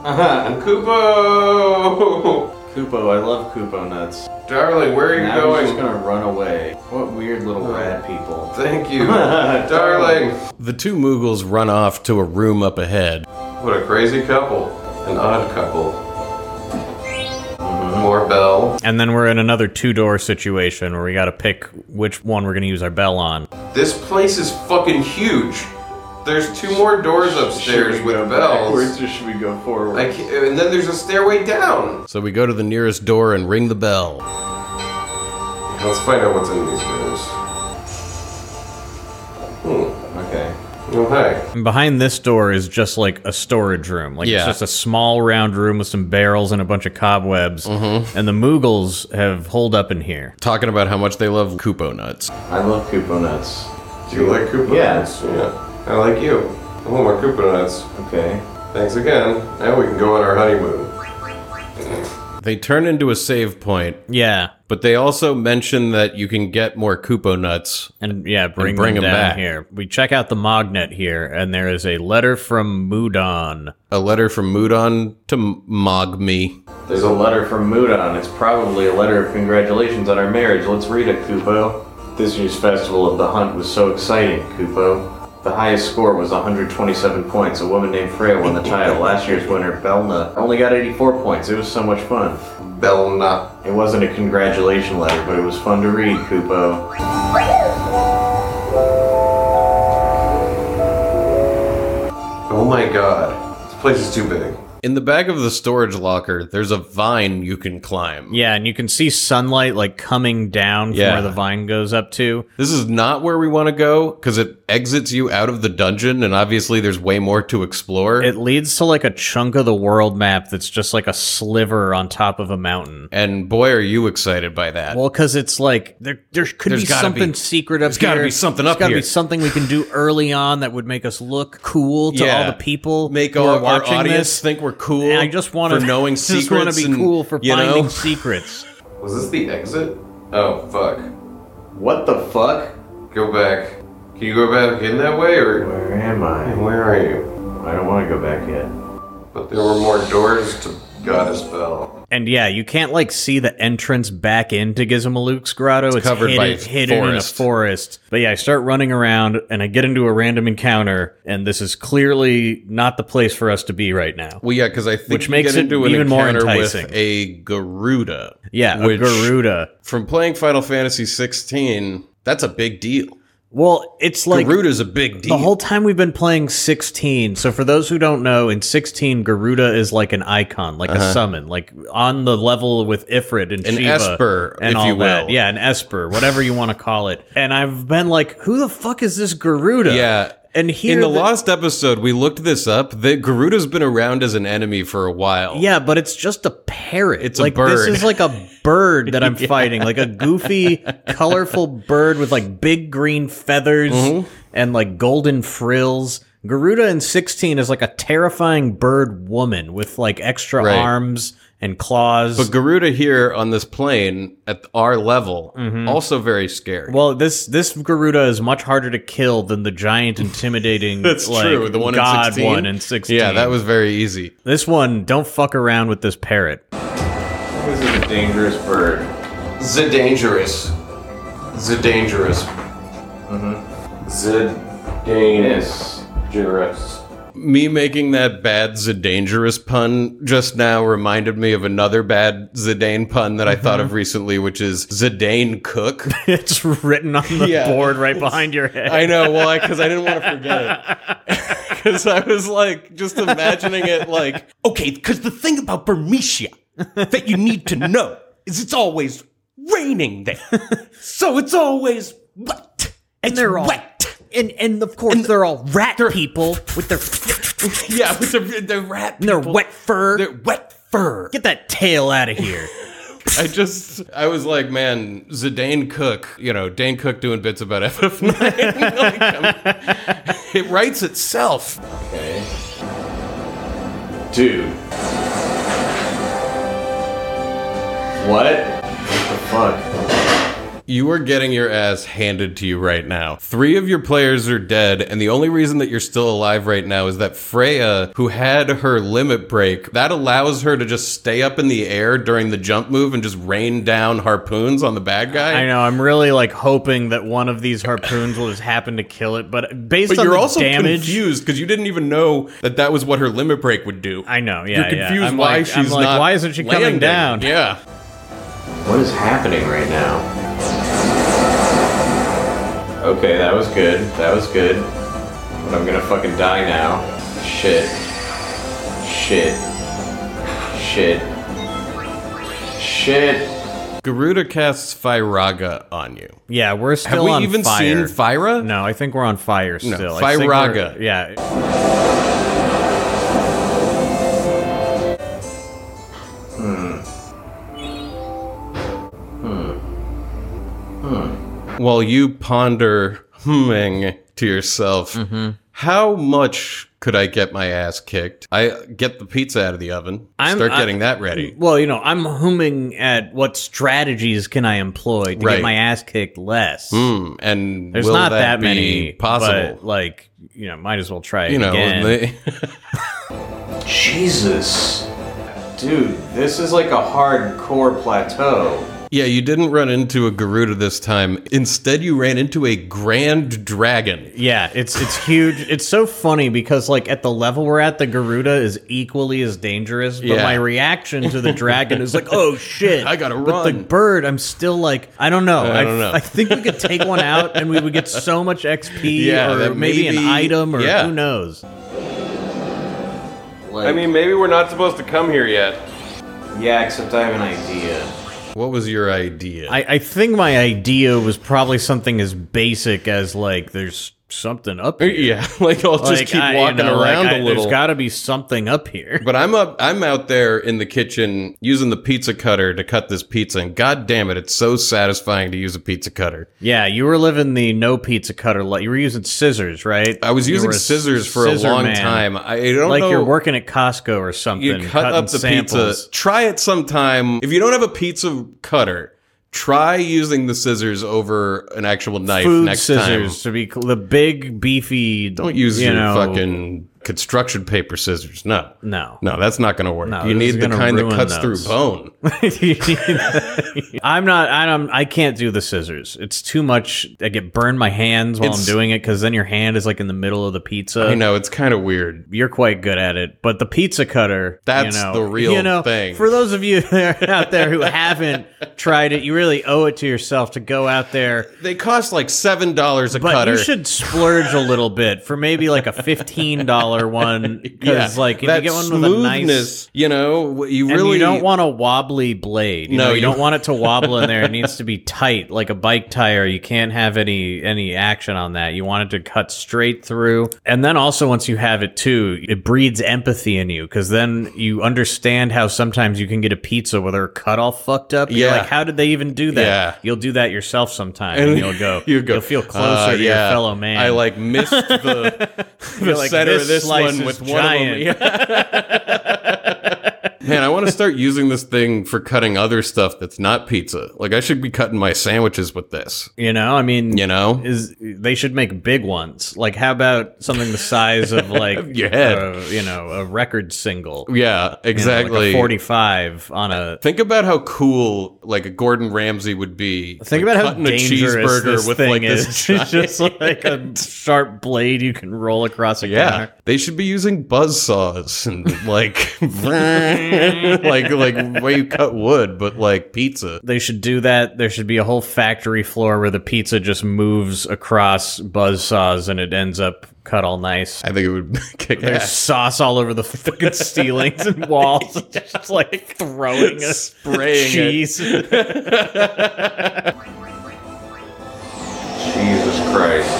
[SPEAKER 4] I'm Koopo!
[SPEAKER 3] Koopo, I love Koopo nuts.
[SPEAKER 5] Oh, Darling, where are you
[SPEAKER 3] And I was
[SPEAKER 5] going? Oh.
[SPEAKER 3] just gonna run away. What weird little rat people.
[SPEAKER 5] Thank you. Darling!
[SPEAKER 1] the two Moogles run off to a room up ahead.
[SPEAKER 5] What a crazy couple. An odd couple. Mm-hmm. More bell.
[SPEAKER 2] and then we're in another two door situation where we got to pick which one we're going to use our bell on.
[SPEAKER 5] This place is fucking huge. There's two more doors upstairs
[SPEAKER 3] Should we go
[SPEAKER 5] with bells.
[SPEAKER 3] backwards or should we go forward?
[SPEAKER 5] I can't, and then there's a stairway down.
[SPEAKER 1] So we go to the nearest door and ring the bell.
[SPEAKER 5] Let's find out what's in these rooms.
[SPEAKER 4] Okay.
[SPEAKER 5] Oh, hi.
[SPEAKER 2] And behind this door is just like a storage room. Like
[SPEAKER 1] Yeah.
[SPEAKER 2] it's just a small round room with some barrels and a bunch of cobwebs.
[SPEAKER 1] Mm-hmm.
[SPEAKER 2] And the Moogles have holed up in here.
[SPEAKER 1] Talking about how much they love Koopo nuts.
[SPEAKER 3] I love Koopo nuts.
[SPEAKER 5] Do you like Koopa
[SPEAKER 3] Yeah.
[SPEAKER 5] nuts? Yeah. I like you. I want more Koopa nuts.
[SPEAKER 3] Okay.
[SPEAKER 5] Thanks again. Now we can go on our honeymoon.
[SPEAKER 1] They turn into a save point,
[SPEAKER 2] Yeah.
[SPEAKER 1] but they also mention that you can get more Koopo nuts.
[SPEAKER 2] And yeah, bring,
[SPEAKER 1] bring
[SPEAKER 2] them,
[SPEAKER 1] them
[SPEAKER 2] down
[SPEAKER 1] back.
[SPEAKER 2] here. We check out the Mognet here, and there is a letter from Mudon.
[SPEAKER 1] A letter from Mudon to M- Mogmi.
[SPEAKER 3] There's a letter from Mudon. It's probably a letter of congratulations on our marriage. Let's read it, Kupo. This year's Festival of the Hunt was so exciting, Kupo. The highest score was 127 points. A woman named Freya won the title. Last year's winner, Belna, only got 84 points. It was so much fun.
[SPEAKER 5] Belna.
[SPEAKER 3] It wasn't a congratulation letter, but it was fun to read, Kupo.
[SPEAKER 5] Oh my god. This place is too big.
[SPEAKER 1] In the back of the storage locker, there's a vine you can climb.
[SPEAKER 2] Yeah, and you can see sunlight like coming down from
[SPEAKER 1] Yeah.
[SPEAKER 2] where the vine goes up to.
[SPEAKER 1] This is not where we want to go because it exits you out of the dungeon, and obviously there's way more to explore.
[SPEAKER 2] It leads to like a chunk of the world map that's just like a sliver on top of a mountain.
[SPEAKER 1] and boy, are you excited by that.
[SPEAKER 2] Well, because it's like there, there could
[SPEAKER 1] There's
[SPEAKER 2] be
[SPEAKER 1] gotta
[SPEAKER 2] something
[SPEAKER 1] be-
[SPEAKER 2] secret up
[SPEAKER 1] there's
[SPEAKER 2] here.
[SPEAKER 1] gotta be something
[SPEAKER 2] There's
[SPEAKER 1] up
[SPEAKER 2] gotta
[SPEAKER 1] here.
[SPEAKER 2] be something we can do early on that would make us look cool to
[SPEAKER 1] Yeah.
[SPEAKER 2] all the people
[SPEAKER 1] Make
[SPEAKER 2] who
[SPEAKER 1] all
[SPEAKER 2] are
[SPEAKER 1] our
[SPEAKER 2] watching
[SPEAKER 1] audience
[SPEAKER 2] this.
[SPEAKER 1] think we're cool.
[SPEAKER 2] And I just want to
[SPEAKER 1] for knowing
[SPEAKER 2] just want
[SPEAKER 1] secrets
[SPEAKER 2] to be
[SPEAKER 1] and,
[SPEAKER 2] cool for
[SPEAKER 1] you
[SPEAKER 2] finding
[SPEAKER 1] know?
[SPEAKER 2] secrets.
[SPEAKER 5] Was this the exit? Oh, fuck.
[SPEAKER 3] What the fuck?
[SPEAKER 5] Go back. Can you go back in that way or
[SPEAKER 3] Where am I?
[SPEAKER 5] where are you?
[SPEAKER 3] I don't want to go back yet.
[SPEAKER 5] But there were more doors to Goddess Bell.
[SPEAKER 2] And yeah, you can't like see the entrance back into Gizmaluk's grotto. It's,
[SPEAKER 1] covered by
[SPEAKER 2] hidden, hidden in a
[SPEAKER 1] forest.
[SPEAKER 2] forest. But yeah, I start running around and I get into a random encounter, and this is clearly not the place for us to be right now.
[SPEAKER 1] Well, yeah, because I think
[SPEAKER 2] Which
[SPEAKER 1] you
[SPEAKER 2] makes
[SPEAKER 1] get
[SPEAKER 2] it
[SPEAKER 1] into an
[SPEAKER 2] even more
[SPEAKER 1] encounter
[SPEAKER 2] enticing.
[SPEAKER 1] with a Garuda.
[SPEAKER 2] Yeah,
[SPEAKER 1] which
[SPEAKER 2] a Garuda.
[SPEAKER 1] from playing Final Fantasy 16, that's a big deal.
[SPEAKER 2] Well, it's like
[SPEAKER 1] Garuda's a big deal.
[SPEAKER 2] the whole time we've been playing 16. So for those who don't know, in 16, Garuda is like an icon, like a summon, like on the level with Ifrit and
[SPEAKER 1] Uh-huh. An
[SPEAKER 2] Shiva
[SPEAKER 1] Esper,
[SPEAKER 2] and
[SPEAKER 1] if
[SPEAKER 2] all
[SPEAKER 1] you
[SPEAKER 2] that.
[SPEAKER 1] will.
[SPEAKER 2] Yeah, an Esper, whatever you want to call it. And I've been like, who the fuck is this Garuda?
[SPEAKER 1] yeah.
[SPEAKER 2] and here
[SPEAKER 1] In the
[SPEAKER 2] the-
[SPEAKER 1] last episode, we looked this up. The Garuda's been around as an enemy for a while.
[SPEAKER 2] Yeah, but it's just a parrot.
[SPEAKER 1] It's a
[SPEAKER 2] like
[SPEAKER 1] bird.
[SPEAKER 2] this is like a bird that I'm fighting, like a goofy, colorful bird with like big green feathers
[SPEAKER 1] Mm-hmm.
[SPEAKER 2] and like golden frills. Garuda in 16 is like a terrifying bird woman with like extra
[SPEAKER 1] Right.
[SPEAKER 2] arms and claws.
[SPEAKER 1] But Garuda here on this plane at our level, also very scary.
[SPEAKER 2] Mm-hmm. well, this this Garuda is much harder to kill than the giant, intimidating.
[SPEAKER 1] That's
[SPEAKER 2] like,
[SPEAKER 1] true. The one in
[SPEAKER 2] god
[SPEAKER 1] 16?
[SPEAKER 2] one in 16.
[SPEAKER 1] yeah, that was very easy.
[SPEAKER 2] this one. Don't fuck around with this parrot.
[SPEAKER 4] This is a dangerous bird.
[SPEAKER 5] The dangerous. The dangerous. Mm-hmm.
[SPEAKER 1] Mm-hmm.
[SPEAKER 5] The dangerous.
[SPEAKER 1] Me making that bad Zidangerous pun just now reminded me of another bad Zidane pun that I thought
[SPEAKER 2] Mm-hmm.
[SPEAKER 1] of recently, which is Zidane Cook.
[SPEAKER 2] it's written on the
[SPEAKER 1] Yeah.
[SPEAKER 2] board right behind your head.
[SPEAKER 1] I know why, because I didn't want to forget it. Because I was like, just imagining it like,
[SPEAKER 6] Okay, because the thing about Bermesia that you need to know is it's always raining there. so it's always wet. It's
[SPEAKER 2] they're all-
[SPEAKER 6] wet.
[SPEAKER 2] And and of course they're all rat people with their
[SPEAKER 6] Yeah, with the, the rat.
[SPEAKER 2] and their wet fur.
[SPEAKER 6] Their wet fur.
[SPEAKER 2] Get that tail out of here.
[SPEAKER 1] I just, I was like, man, Zidane Cook, you know, Dane Cook doing bits about FF9. Like, I'm- it writes itself.
[SPEAKER 3] Okay. Dude. What? What the fuck?
[SPEAKER 1] You are getting your ass handed to you right now. Three of your players are dead, and the only reason that you're still alive right now is that Freya, who had her limit break, that allows her to just stay up in the air during the jump move and just rain down harpoons on the bad guy.
[SPEAKER 2] I know. I'm really like hoping that one of these harpoons will just happen to kill it, but based
[SPEAKER 1] But
[SPEAKER 2] on
[SPEAKER 1] you're
[SPEAKER 2] the
[SPEAKER 1] also
[SPEAKER 2] damage,
[SPEAKER 1] confused because you didn't even know that that was what her limit break would do.
[SPEAKER 2] I know. Yeah,
[SPEAKER 1] you're confused
[SPEAKER 2] yeah. I'm
[SPEAKER 1] why
[SPEAKER 2] like,
[SPEAKER 1] she's
[SPEAKER 2] I'm like,
[SPEAKER 1] not
[SPEAKER 2] why isn't she coming
[SPEAKER 1] landing.
[SPEAKER 2] down?
[SPEAKER 1] Yeah.
[SPEAKER 3] What is happening right now?
[SPEAKER 4] Okay, that was good. That was good. But I'm gonna fucking die now. Shit. Shit. Shit. Shit.
[SPEAKER 1] Garuda casts Fyraga on you.
[SPEAKER 2] Yeah, we're still
[SPEAKER 1] Have we
[SPEAKER 2] on
[SPEAKER 1] even
[SPEAKER 2] fire.
[SPEAKER 1] seen Fyra?
[SPEAKER 2] No, I think we're on fire still. I think
[SPEAKER 1] Fyraga.
[SPEAKER 2] we're- Yeah.
[SPEAKER 1] While you ponder humming to yourself, how much could I get my ass kicked? I get the pizza out of the oven.
[SPEAKER 2] I'm-
[SPEAKER 1] start
[SPEAKER 2] I-
[SPEAKER 1] getting that ready.
[SPEAKER 2] Well, you know, I'm humming at what strategies can I employ to
[SPEAKER 1] Right.
[SPEAKER 2] get my ass kicked less.
[SPEAKER 1] Mm, and
[SPEAKER 2] There's
[SPEAKER 1] will
[SPEAKER 2] not
[SPEAKER 1] that,
[SPEAKER 2] that,
[SPEAKER 1] be
[SPEAKER 2] many
[SPEAKER 1] possible.
[SPEAKER 2] But, like, you know, might as well try it
[SPEAKER 1] you know,
[SPEAKER 2] again.
[SPEAKER 1] they-
[SPEAKER 3] Jesus. Dude, this is like a hardcore plateau.
[SPEAKER 1] yeah, you didn't run into a Garuda this time. Instead, you ran into a grand dragon.
[SPEAKER 2] Yeah, it's it's huge. It's so funny because like at the level we're at, the Garuda is equally as dangerous. But
[SPEAKER 1] Yeah.
[SPEAKER 2] my reaction to the dragon is like, oh shit,
[SPEAKER 1] I gotta
[SPEAKER 2] But the
[SPEAKER 1] run.
[SPEAKER 2] bird, I'm still like, I don't know.
[SPEAKER 1] I don't know.
[SPEAKER 2] I think we could take one out and we would get so much XP,
[SPEAKER 1] Yeah,
[SPEAKER 2] or
[SPEAKER 1] that
[SPEAKER 2] maybe, an
[SPEAKER 1] maybe-
[SPEAKER 2] item, or
[SPEAKER 1] yeah.
[SPEAKER 2] who knows.
[SPEAKER 3] Like,
[SPEAKER 5] I mean, maybe we're not supposed to come here yet.
[SPEAKER 3] yeah, except I have an idea.
[SPEAKER 1] What was your idea?
[SPEAKER 2] I, I think my idea was probably something as basic as like, there's something up. Here.
[SPEAKER 1] yeah, like I'll just
[SPEAKER 2] Like,
[SPEAKER 1] keep
[SPEAKER 2] I- you
[SPEAKER 1] walking
[SPEAKER 2] know, like,
[SPEAKER 1] around a
[SPEAKER 2] I-
[SPEAKER 1] little.
[SPEAKER 2] There's got to be something up here.
[SPEAKER 1] But I'm up. I'm out there in the kitchen using the pizza cutter to cut this pizza, and god damn it, it's so satisfying to use a pizza cutter.
[SPEAKER 2] Yeah, you were living the no pizza cutter life. You were using scissors, right?
[SPEAKER 1] I was
[SPEAKER 2] You
[SPEAKER 1] using
[SPEAKER 2] were a
[SPEAKER 1] scissors for
[SPEAKER 2] scissor
[SPEAKER 1] a long
[SPEAKER 2] man.
[SPEAKER 1] time. I don't
[SPEAKER 2] Like
[SPEAKER 1] know.
[SPEAKER 2] you're working at Costco or something.
[SPEAKER 1] you cut
[SPEAKER 2] cutting
[SPEAKER 1] up the
[SPEAKER 2] samples.
[SPEAKER 1] pizza. Try it sometime. If you don't have a pizza cutter, try using the scissors over an actual knife
[SPEAKER 2] Food
[SPEAKER 1] next
[SPEAKER 2] scissors
[SPEAKER 1] time.
[SPEAKER 2] to be cl- the big beefy.
[SPEAKER 1] Don't use
[SPEAKER 2] you
[SPEAKER 1] your
[SPEAKER 2] know,
[SPEAKER 1] fucking construction paper scissors. No.
[SPEAKER 2] No.
[SPEAKER 1] No, that's not going to work.
[SPEAKER 2] No,
[SPEAKER 1] you
[SPEAKER 2] this
[SPEAKER 1] need
[SPEAKER 2] is
[SPEAKER 1] the
[SPEAKER 2] gonna
[SPEAKER 1] kind that
[SPEAKER 2] ruin
[SPEAKER 1] cuts
[SPEAKER 2] those.
[SPEAKER 1] through bone.
[SPEAKER 2] I'm not. I don't. I can't do the scissors. It's too much. I get burned my hands while
[SPEAKER 1] It's-
[SPEAKER 2] I'm doing it because then your hand is like in the middle of the pizza.
[SPEAKER 1] I know it's kind of weird.
[SPEAKER 2] you're quite good at it, but the pizza cutter,
[SPEAKER 1] That's
[SPEAKER 2] you know-
[SPEAKER 1] the real
[SPEAKER 2] you know,
[SPEAKER 1] thing.
[SPEAKER 2] For those of you out there who haven't tried it, you really owe it to yourself to go out there.
[SPEAKER 1] They cost like seven dollars a
[SPEAKER 2] But
[SPEAKER 1] cutter.
[SPEAKER 2] you should splurge a little bit for maybe like a fifteen dollar one because like if you
[SPEAKER 1] that
[SPEAKER 2] get one with a nice.
[SPEAKER 1] smoothness, you know, w- you
[SPEAKER 2] And
[SPEAKER 1] really
[SPEAKER 2] you don't want a wobbly blade. You
[SPEAKER 1] No,
[SPEAKER 2] know, you,
[SPEAKER 1] you-
[SPEAKER 2] don't want it to wobble in there. It needs to be tight, like a bike tire. You can't have any any action on that. You want it to cut straight through. And then also, once you have it too, it breeds empathy in you because then you understand how sometimes you can get a pizza with her cut all fucked up. You're
[SPEAKER 1] Yeah.
[SPEAKER 2] like, how did they even do that?
[SPEAKER 1] Yeah.
[SPEAKER 2] You'll do that yourself sometime, and, you'll go.
[SPEAKER 1] you go.
[SPEAKER 2] You'll feel closer
[SPEAKER 1] "Uh,
[SPEAKER 2] to
[SPEAKER 1] yeah,
[SPEAKER 2] your fellow man.
[SPEAKER 1] I like missed the, the
[SPEAKER 2] You're like,
[SPEAKER 1] center of this
[SPEAKER 2] slice
[SPEAKER 1] one
[SPEAKER 2] is
[SPEAKER 1] with
[SPEAKER 2] giant.
[SPEAKER 1] one of them. Man, I want to start using this thing for cutting other stuff that's not pizza. Like I should be cutting my sandwiches with this.
[SPEAKER 2] You know, I mean,
[SPEAKER 1] You know,
[SPEAKER 2] is they should make big ones. Like how about something the size of like
[SPEAKER 1] Your head.
[SPEAKER 2] a, you know, a record single.
[SPEAKER 1] yeah,
[SPEAKER 2] You know, like a
[SPEAKER 1] exactly.
[SPEAKER 2] 45 on a
[SPEAKER 1] Think about how cool like a Gordon Ramsay would be.
[SPEAKER 2] Think
[SPEAKER 1] like,
[SPEAKER 2] about how
[SPEAKER 1] cutting a
[SPEAKER 2] dangerous
[SPEAKER 1] cheeseburger
[SPEAKER 2] this
[SPEAKER 1] with
[SPEAKER 2] thing
[SPEAKER 1] like
[SPEAKER 2] is.
[SPEAKER 1] this
[SPEAKER 2] it's just
[SPEAKER 1] giant-
[SPEAKER 2] like a sharp blade you can roll across a
[SPEAKER 1] Yeah,
[SPEAKER 2] counter.
[SPEAKER 1] they should be using buzz saws and like like like way you cut wood, but like pizza.
[SPEAKER 2] They should do that. There should be a whole factory floor where the pizza just moves across buzz saws and it ends up cut all nice.
[SPEAKER 1] I think it would kick
[SPEAKER 2] There's
[SPEAKER 1] ass.
[SPEAKER 2] sauce all over the fucking ceilings and walls. It's just like throwing a
[SPEAKER 1] Spraying it.
[SPEAKER 2] cheese.
[SPEAKER 4] Jesus Christ.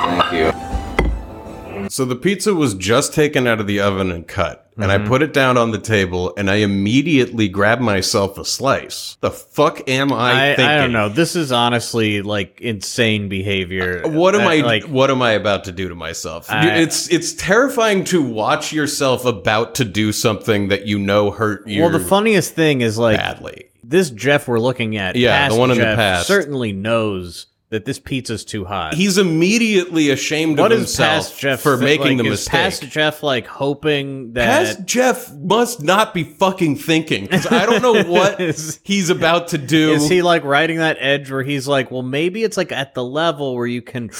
[SPEAKER 4] Thank you.
[SPEAKER 1] So the pizza was just taken out of the oven and cut. And
[SPEAKER 2] Mm-hmm.
[SPEAKER 1] I put it down on the table and I immediately grabbed myself a slice. The fuck am I,
[SPEAKER 2] I,
[SPEAKER 1] thinking?
[SPEAKER 2] I don't know. This is honestly like insane behavior.
[SPEAKER 1] What am
[SPEAKER 2] Uh,
[SPEAKER 1] I
[SPEAKER 2] like?
[SPEAKER 1] what am I about to do to myself?
[SPEAKER 2] I-
[SPEAKER 1] it's it's terrifying to watch yourself about to do something that you know hurt you
[SPEAKER 2] Well, the funniest thing is like
[SPEAKER 1] badly.
[SPEAKER 2] this Jeff we're looking at.
[SPEAKER 1] Yeah,
[SPEAKER 2] past
[SPEAKER 1] the one in the
[SPEAKER 2] Jeff,
[SPEAKER 1] past.
[SPEAKER 2] certainly knows that this pizza's too hot.
[SPEAKER 1] He's immediately ashamed
[SPEAKER 2] what
[SPEAKER 1] of
[SPEAKER 2] is
[SPEAKER 1] himself
[SPEAKER 2] past Jeff
[SPEAKER 1] for
[SPEAKER 2] thi-
[SPEAKER 1] making
[SPEAKER 2] like,
[SPEAKER 1] the
[SPEAKER 2] is
[SPEAKER 1] mistake.
[SPEAKER 2] Past Jeff like hoping that
[SPEAKER 1] Past Jeff must not be fucking thinking because I don't know what
[SPEAKER 2] Is-
[SPEAKER 1] he's about to do.
[SPEAKER 2] is he like riding that edge where he's like, well, maybe it's like at the level where you can.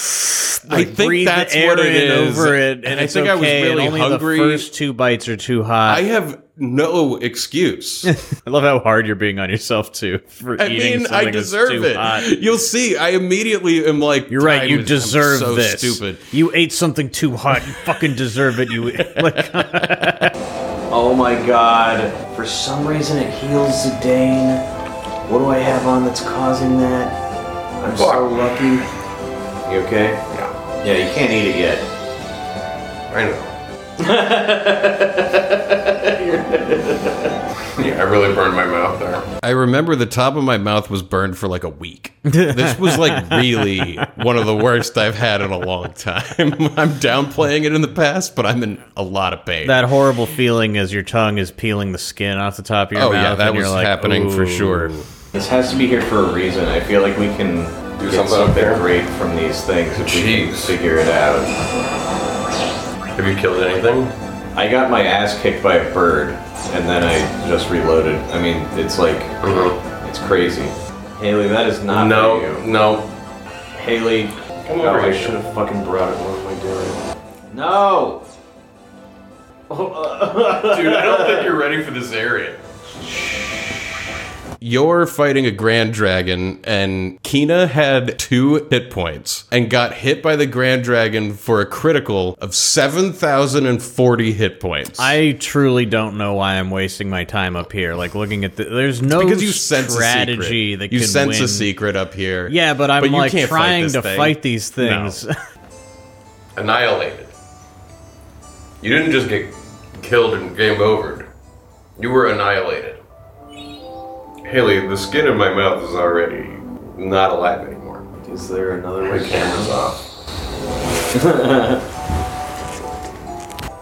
[SPEAKER 1] I
[SPEAKER 2] like,
[SPEAKER 1] think
[SPEAKER 2] breathe the
[SPEAKER 1] that's
[SPEAKER 2] air
[SPEAKER 1] what it
[SPEAKER 2] in
[SPEAKER 1] is.
[SPEAKER 2] Over it, and,
[SPEAKER 1] And I
[SPEAKER 2] it's
[SPEAKER 1] think I
[SPEAKER 2] okay,
[SPEAKER 1] was really
[SPEAKER 2] and only
[SPEAKER 1] hungry.
[SPEAKER 2] The first two bites are too hot.
[SPEAKER 1] I have no excuse.
[SPEAKER 2] I love how hard you're being on yourself too for
[SPEAKER 1] I
[SPEAKER 2] eating
[SPEAKER 1] mean,
[SPEAKER 2] something
[SPEAKER 1] I
[SPEAKER 2] that's
[SPEAKER 1] deserve
[SPEAKER 2] too
[SPEAKER 1] it.
[SPEAKER 2] hot.
[SPEAKER 1] You'll see. I immediately am like,
[SPEAKER 2] You're right.
[SPEAKER 1] "Time
[SPEAKER 2] You
[SPEAKER 1] is- I'm
[SPEAKER 2] deserve
[SPEAKER 1] so
[SPEAKER 2] this.
[SPEAKER 1] Stupid.
[SPEAKER 2] You ate something too hot. You fucking deserve it. You like.
[SPEAKER 3] Oh my god. For some reason it heals Zidane. What do I have on that's causing that? I'm so lucky. You okay?
[SPEAKER 5] Yeah,
[SPEAKER 3] Yeah, you can't eat it yet.
[SPEAKER 5] I know. yeah, I really burned my mouth there.
[SPEAKER 1] I remember the top of my mouth was burned for like a week. This was like really one of the worst I've had in a long time. I'm downplaying it in the past, but I'm in a lot of pain.
[SPEAKER 2] That horrible feeling as your tongue is peeling the skin off the top of your
[SPEAKER 1] oh
[SPEAKER 2] mouth.
[SPEAKER 1] yeah, that
[SPEAKER 2] and you're
[SPEAKER 1] was
[SPEAKER 2] like,
[SPEAKER 1] happening for
[SPEAKER 2] "Ooh."
[SPEAKER 1] sure.
[SPEAKER 4] This has to be here for a reason. I feel like we can
[SPEAKER 5] Do
[SPEAKER 4] get
[SPEAKER 5] something
[SPEAKER 4] something
[SPEAKER 5] up there.
[SPEAKER 4] great from these things if we can
[SPEAKER 5] Jeez.
[SPEAKER 4] figure it out.
[SPEAKER 5] Have you killed anything?
[SPEAKER 4] I got my ass kicked by a bird, and then I just reloaded. I mean, it's like
[SPEAKER 5] Mm-hmm.
[SPEAKER 4] it's crazy. Haley, that is not
[SPEAKER 5] No,
[SPEAKER 4] for you.
[SPEAKER 5] no.
[SPEAKER 4] Haley,
[SPEAKER 5] Come
[SPEAKER 4] oh,
[SPEAKER 5] over
[SPEAKER 4] I
[SPEAKER 5] here.
[SPEAKER 4] should have fucking brought it. What am I doing? No.
[SPEAKER 5] Dude, I don't think you're ready for this area.
[SPEAKER 1] You're fighting a grand dragon, and Kina had two hit points and got hit by the grand dragon for a critical of 7,040 hit points.
[SPEAKER 2] I truly don't know why I'm wasting my time up here. Like looking at the, there's no
[SPEAKER 1] because you sense
[SPEAKER 2] strategy
[SPEAKER 1] a secret.
[SPEAKER 2] that
[SPEAKER 1] you
[SPEAKER 2] can
[SPEAKER 1] sense
[SPEAKER 2] win.
[SPEAKER 1] a secret up here.
[SPEAKER 2] Yeah, but I'm
[SPEAKER 1] But you
[SPEAKER 2] like
[SPEAKER 1] can't fight
[SPEAKER 2] trying
[SPEAKER 1] this
[SPEAKER 2] to
[SPEAKER 1] thing.
[SPEAKER 2] fight these things.
[SPEAKER 5] Annihilated. You didn't just get killed and game overed. You were annihilated. Haley, the skin in my mouth is already not alive anymore.
[SPEAKER 3] Is there another
[SPEAKER 5] My
[SPEAKER 3] way?
[SPEAKER 5] camera's off.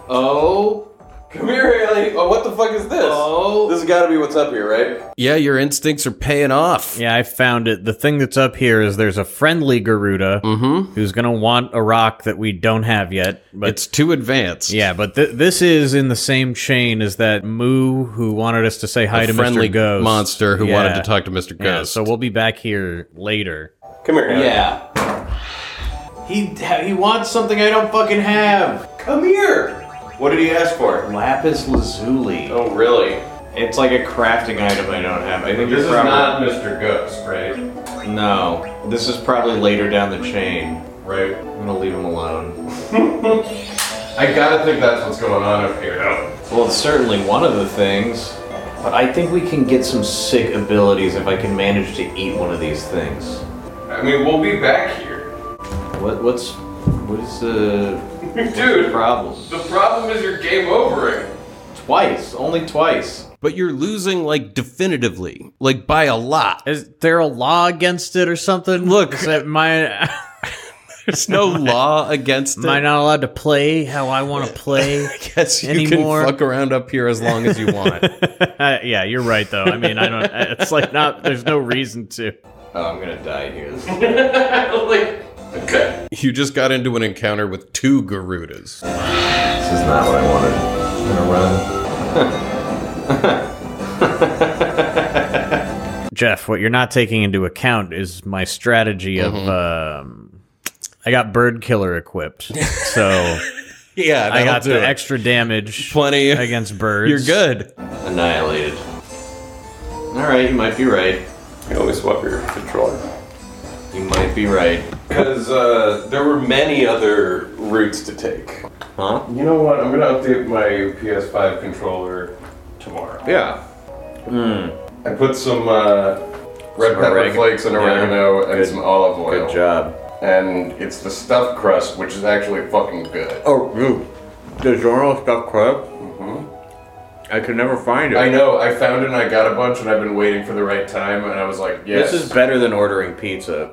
[SPEAKER 4] Oh.
[SPEAKER 5] Come here, Haley. Oh, what the fuck is this?
[SPEAKER 4] Oh.
[SPEAKER 5] This has got to be what's up here, right?
[SPEAKER 1] Yeah, your instincts are paying off.
[SPEAKER 2] Yeah, I found it. The thing that's up here is there's a friendly Garuda who's gonna want a rock that we don't have yet. But
[SPEAKER 1] Mm-hmm. It's too advanced.
[SPEAKER 2] yeah, but th- this is in the same chain as that Moo who wanted us to say hi
[SPEAKER 1] A
[SPEAKER 2] to
[SPEAKER 1] friendly
[SPEAKER 2] Mr. Ghost.
[SPEAKER 1] monster who wanted
[SPEAKER 2] Yeah.
[SPEAKER 1] to talk to Mr. Ghost.
[SPEAKER 2] Yeah, so we'll be back here later.
[SPEAKER 5] Come here, Haley.
[SPEAKER 4] Yeah. He he wants something I don't fucking have.
[SPEAKER 5] Come here. What did he ask for?
[SPEAKER 4] Lapis lazuli.
[SPEAKER 5] Oh, really?
[SPEAKER 4] It's like a crafting item I don't have. I think
[SPEAKER 5] This
[SPEAKER 4] you're
[SPEAKER 5] is
[SPEAKER 4] probably-
[SPEAKER 5] not Mr. Ghost, right?
[SPEAKER 4] No, this is probably later down the chain.
[SPEAKER 5] Right.
[SPEAKER 4] I'm gonna leave him alone.
[SPEAKER 5] I gotta think that's what's going on up here.
[SPEAKER 4] Well, it's certainly one of the things, but I think we can get some sick abilities if I can manage to eat one of these things.
[SPEAKER 5] I mean, we'll be back here.
[SPEAKER 4] What what's what is the
[SPEAKER 5] Dude,
[SPEAKER 4] problem?
[SPEAKER 5] the problem is you're game overing.
[SPEAKER 4] Twice, only twice.
[SPEAKER 1] but you're losing like definitively, like by a lot.
[SPEAKER 2] Is there a law against it or something?
[SPEAKER 1] Look.
[SPEAKER 2] is that my
[SPEAKER 1] There's no law against it.
[SPEAKER 2] am I not allowed to play how I want to play?
[SPEAKER 1] Yes, you
[SPEAKER 2] anymore?
[SPEAKER 1] can fuck around up here as long as you want.
[SPEAKER 2] Uh, yeah, you're right though. I mean, I don't. It's like not. There's no reason to.
[SPEAKER 4] Oh, I'm gonna die here.
[SPEAKER 5] Okay.
[SPEAKER 1] you just got into an encounter with two Garudas.
[SPEAKER 4] This is not what I wanted. I'm gonna run.
[SPEAKER 2] Jeff, what you're not taking into account is my strategy of um, I got bird killer equipped, so
[SPEAKER 1] Yeah,
[SPEAKER 2] I got
[SPEAKER 1] that'll
[SPEAKER 2] the
[SPEAKER 1] do it.
[SPEAKER 2] extra damage
[SPEAKER 1] plenty.
[SPEAKER 2] against birds.
[SPEAKER 1] You're good.
[SPEAKER 4] Annihilated. All right, you might be right.
[SPEAKER 5] You can always swap your controller.
[SPEAKER 4] You might be right.
[SPEAKER 5] Because uh, there were many other routes to take.
[SPEAKER 4] Huh?
[SPEAKER 5] You know what? I'm gonna update my PS5 controller tomorrow. Yeah. I put some uh, red
[SPEAKER 4] Some
[SPEAKER 5] pepper
[SPEAKER 4] Hmm. oregano.
[SPEAKER 5] flakes and
[SPEAKER 4] Yeah.
[SPEAKER 5] oregano and
[SPEAKER 4] Good-
[SPEAKER 5] some olive oil.
[SPEAKER 4] Good job.
[SPEAKER 5] and it's the stuffed crust, which is actually fucking good.
[SPEAKER 4] Oh, you. The Zorro stuff crust?
[SPEAKER 5] Mm-hmm.
[SPEAKER 4] I could never find it.
[SPEAKER 5] I know. I found it and I got a bunch, and I've been waiting for the right time, and I was like, yes.
[SPEAKER 4] This is better than ordering pizza.